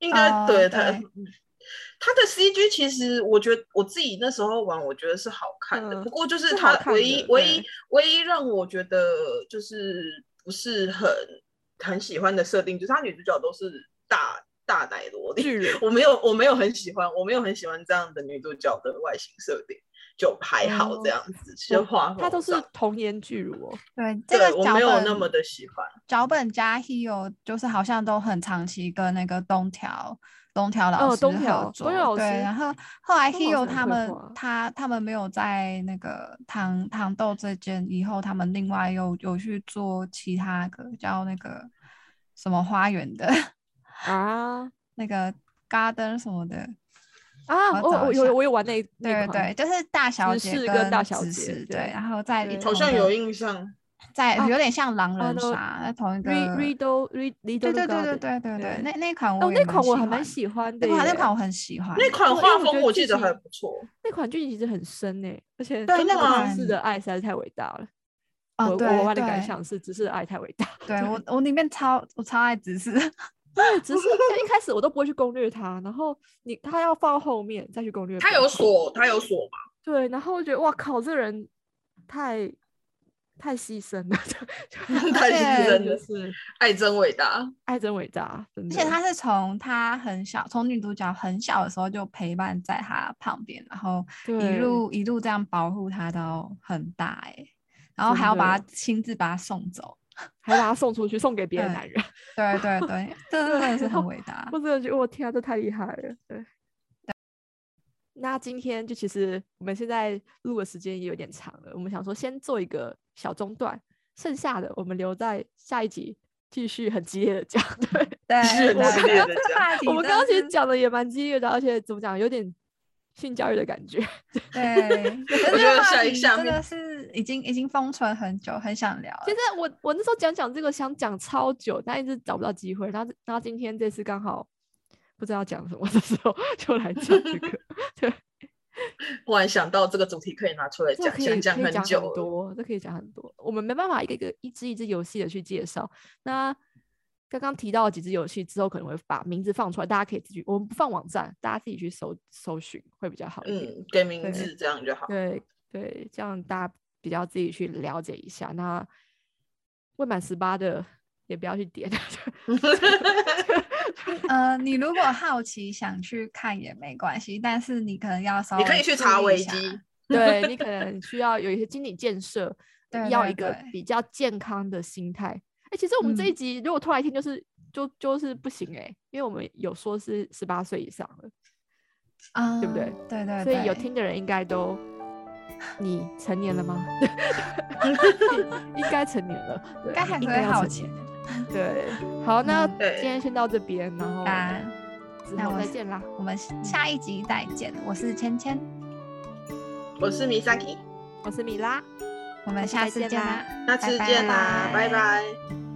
Speaker 5: 应该
Speaker 4: 哦
Speaker 5: 对他
Speaker 4: 对
Speaker 5: 他的 CG 其实我觉得我自己那时候玩，我觉得是好看的，
Speaker 2: 嗯
Speaker 5: 不过就是
Speaker 2: 是
Speaker 5: 他
Speaker 2: 好看
Speaker 5: 唯一
Speaker 2: 的
Speaker 5: 唯一
Speaker 2: 对
Speaker 5: 唯一让我觉得就是不是很很喜欢的设定，就是他女主角都是大大奶萝莉，
Speaker 2: 巨人
Speaker 5: 我没有我没有很喜欢，我没有很喜欢这样的女主角的外形设定，就还好
Speaker 2: 哦
Speaker 5: 这样子，就画
Speaker 2: 他都是
Speaker 5: 风上
Speaker 2: 童颜巨乳哦。
Speaker 4: 对，这
Speaker 5: 对
Speaker 4: 个
Speaker 5: 我
Speaker 4: 脚
Speaker 5: 没有
Speaker 4: 本
Speaker 5: 那么的喜欢。
Speaker 4: 脚本加 Heo 就是好像都很长期跟那个东条东条老
Speaker 2: 哦
Speaker 4: 师
Speaker 2: 东
Speaker 4: 合
Speaker 2: 条东
Speaker 4: 作
Speaker 2: 条老
Speaker 4: 对，
Speaker 2: 师
Speaker 4: 然后后来
Speaker 2: 东条老
Speaker 4: Heo
Speaker 2: 师很
Speaker 4: 他
Speaker 2: 会
Speaker 4: 们
Speaker 2: 画
Speaker 4: 他他们没有在那个糖糖豆这间以后，他们另外又有去做其他个叫那个什么花园的
Speaker 2: 啊
Speaker 4: 那个 Garden 什么的，
Speaker 2: 啊！
Speaker 4: 我
Speaker 2: 我
Speaker 4: 找
Speaker 2: 我
Speaker 4: 一
Speaker 2: 有
Speaker 4: 下
Speaker 2: 我有玩那那
Speaker 4: 对
Speaker 2: 款
Speaker 4: 对，就是大小
Speaker 2: 知
Speaker 4: 姐
Speaker 2: 识跟大小
Speaker 4: 知识
Speaker 2: 姐
Speaker 4: 对
Speaker 2: 对，
Speaker 4: 然后在
Speaker 2: 对
Speaker 4: 同
Speaker 5: 好像
Speaker 4: 个
Speaker 5: 有印象，
Speaker 4: 在
Speaker 2: 啊
Speaker 4: 有点像狼
Speaker 2: 啊
Speaker 4: 人
Speaker 2: 那个
Speaker 4: 杀，在同一个
Speaker 2: Re Redo Re
Speaker 4: 对
Speaker 2: Redo
Speaker 4: 对对对对对对，那那款
Speaker 2: 哦
Speaker 4: 我也
Speaker 2: 那款我还蛮
Speaker 4: 欢
Speaker 2: 喜欢的
Speaker 4: 那
Speaker 2: 耶，
Speaker 4: 款那款我很喜欢，
Speaker 5: 那款
Speaker 2: 因为
Speaker 5: 画
Speaker 2: 我觉
Speaker 5: 风
Speaker 2: 得
Speaker 5: 我
Speaker 2: 剧
Speaker 5: 记得还
Speaker 2: 情
Speaker 5: 不错。
Speaker 2: 那款剧情其实很深诶，而且
Speaker 4: 对
Speaker 2: 真
Speaker 4: 那
Speaker 2: 的
Speaker 4: 款
Speaker 2: 是的爱实在是太伟大了。
Speaker 4: 哦
Speaker 2: 我
Speaker 4: 对
Speaker 2: 我玩的感
Speaker 4: 对
Speaker 2: 想是，只是爱太伟大。
Speaker 4: 对
Speaker 2: 嗯
Speaker 4: 我我里面超我超爱直 视，
Speaker 2: 对，只是一开始我都不会去攻略它，然后你它要放到后面再去攻略比较
Speaker 5: 他
Speaker 2: 好。
Speaker 5: 有锁，他有锁嘛？
Speaker 2: 对，然后我觉得哇靠，这人太太牺牲了， 就
Speaker 5: 太
Speaker 4: 牺
Speaker 5: 牲
Speaker 2: 就
Speaker 5: 了
Speaker 2: 是
Speaker 5: 爱真伟大，
Speaker 2: 爱真伟大，真
Speaker 4: 而
Speaker 2: 的。
Speaker 4: 且他是从他很小，从女主角很小的时候就陪伴在她旁边，然后一
Speaker 2: 对
Speaker 4: 路一路这样保护她到很大哎、然后
Speaker 2: 真
Speaker 4: 还要把
Speaker 2: 的
Speaker 4: 她亲自把她送走，
Speaker 2: 还把他送出去，送给别的
Speaker 4: 对
Speaker 2: 男人。
Speaker 4: 对对对，这真的是
Speaker 2: 然后
Speaker 4: 很伟大
Speaker 2: 我，真的觉得我天啊，这太厉害了。对。那今天就其实我们现在录的时间也有点长了，我们想说先做一个小中断，剩下的我们留在下一集继续很激烈的讲。 对，
Speaker 4: 对
Speaker 5: 是
Speaker 4: 对，
Speaker 5: 很激烈
Speaker 4: 对
Speaker 5: 的
Speaker 4: 这
Speaker 5: 讲
Speaker 4: 话题
Speaker 2: 我们
Speaker 4: 真
Speaker 2: 刚
Speaker 4: 的
Speaker 2: 刚其实
Speaker 4: 是
Speaker 2: 讲的也蛮激烈的，而且怎么讲，有点性教育的感觉。
Speaker 4: 对，可是
Speaker 5: 我
Speaker 4: 这
Speaker 5: 觉
Speaker 4: 个
Speaker 5: 得
Speaker 4: 话
Speaker 5: 下一
Speaker 4: 题
Speaker 5: 下
Speaker 4: 真
Speaker 5: 面
Speaker 4: 的是已经已经封存很久，很想聊了。
Speaker 2: 其实我我那时候讲讲这个想讲超久，但一直找不到机会。然后然后今天这次刚好不知道讲什么 的时候，就来讲这个。
Speaker 5: 忽然想到这个主题可以拿出来
Speaker 2: 这
Speaker 5: 讲，
Speaker 2: 可以
Speaker 5: 想讲
Speaker 2: 可以讲
Speaker 5: 久
Speaker 2: 很
Speaker 5: 了。
Speaker 2: 多，这可以讲很多。我们没办法一个一个一只一只游戏的去介绍。那刚刚提到的几只游戏之后，可能会把名字放出来，大家可以自己，我们不放网站，大家自己去搜搜寻会比较好一点。
Speaker 5: 嗯，给名
Speaker 2: 对
Speaker 5: 字这样就好。
Speaker 2: 对对，这样大家比较自己去了解一下。那未满十八的也不要去点，
Speaker 4: 呃，你如果好奇想去看也没关系，但是你可能要稍微
Speaker 5: 你可以去
Speaker 4: 注
Speaker 5: 查
Speaker 4: 意一
Speaker 5: 维
Speaker 4: 下
Speaker 5: 基，
Speaker 2: 对你可能需要有一些心理建设，
Speaker 4: 对
Speaker 2: 要
Speaker 4: 对
Speaker 2: 一个
Speaker 4: 对嗯
Speaker 2: 比较健康的心态。哎、其实我们这一集如果突然一听就是、就就是不行哎、因为我们有说是十八岁以上的，
Speaker 4: 啊，
Speaker 2: 对不对？
Speaker 4: 对对，
Speaker 2: 所以有
Speaker 4: 对
Speaker 2: 听的人应该都， 你成年了吗？应该成年了，对，
Speaker 4: 应该还是
Speaker 2: 应该
Speaker 4: 会
Speaker 2: 要
Speaker 4: 好
Speaker 2: 成
Speaker 4: 奇
Speaker 2: 年
Speaker 4: 的。
Speaker 2: 对，好，那
Speaker 4: 嗯
Speaker 5: 对
Speaker 2: 今天先到这边，然后
Speaker 4: 啊，
Speaker 2: 之
Speaker 4: 那
Speaker 2: 后
Speaker 4: 我
Speaker 2: 再
Speaker 4: 是
Speaker 2: 见啦，
Speaker 4: 我们下
Speaker 2: 嗯
Speaker 4: 一集再见，我是芊芊，
Speaker 5: 我是米 i 基，
Speaker 2: 我是米拉。
Speaker 4: 我们
Speaker 2: 下
Speaker 4: 下
Speaker 2: 次
Speaker 4: 次
Speaker 2: 再
Speaker 4: 见
Speaker 2: 见啦
Speaker 4: 啦，
Speaker 5: 下次见啦，
Speaker 4: 拜
Speaker 5: 拜拜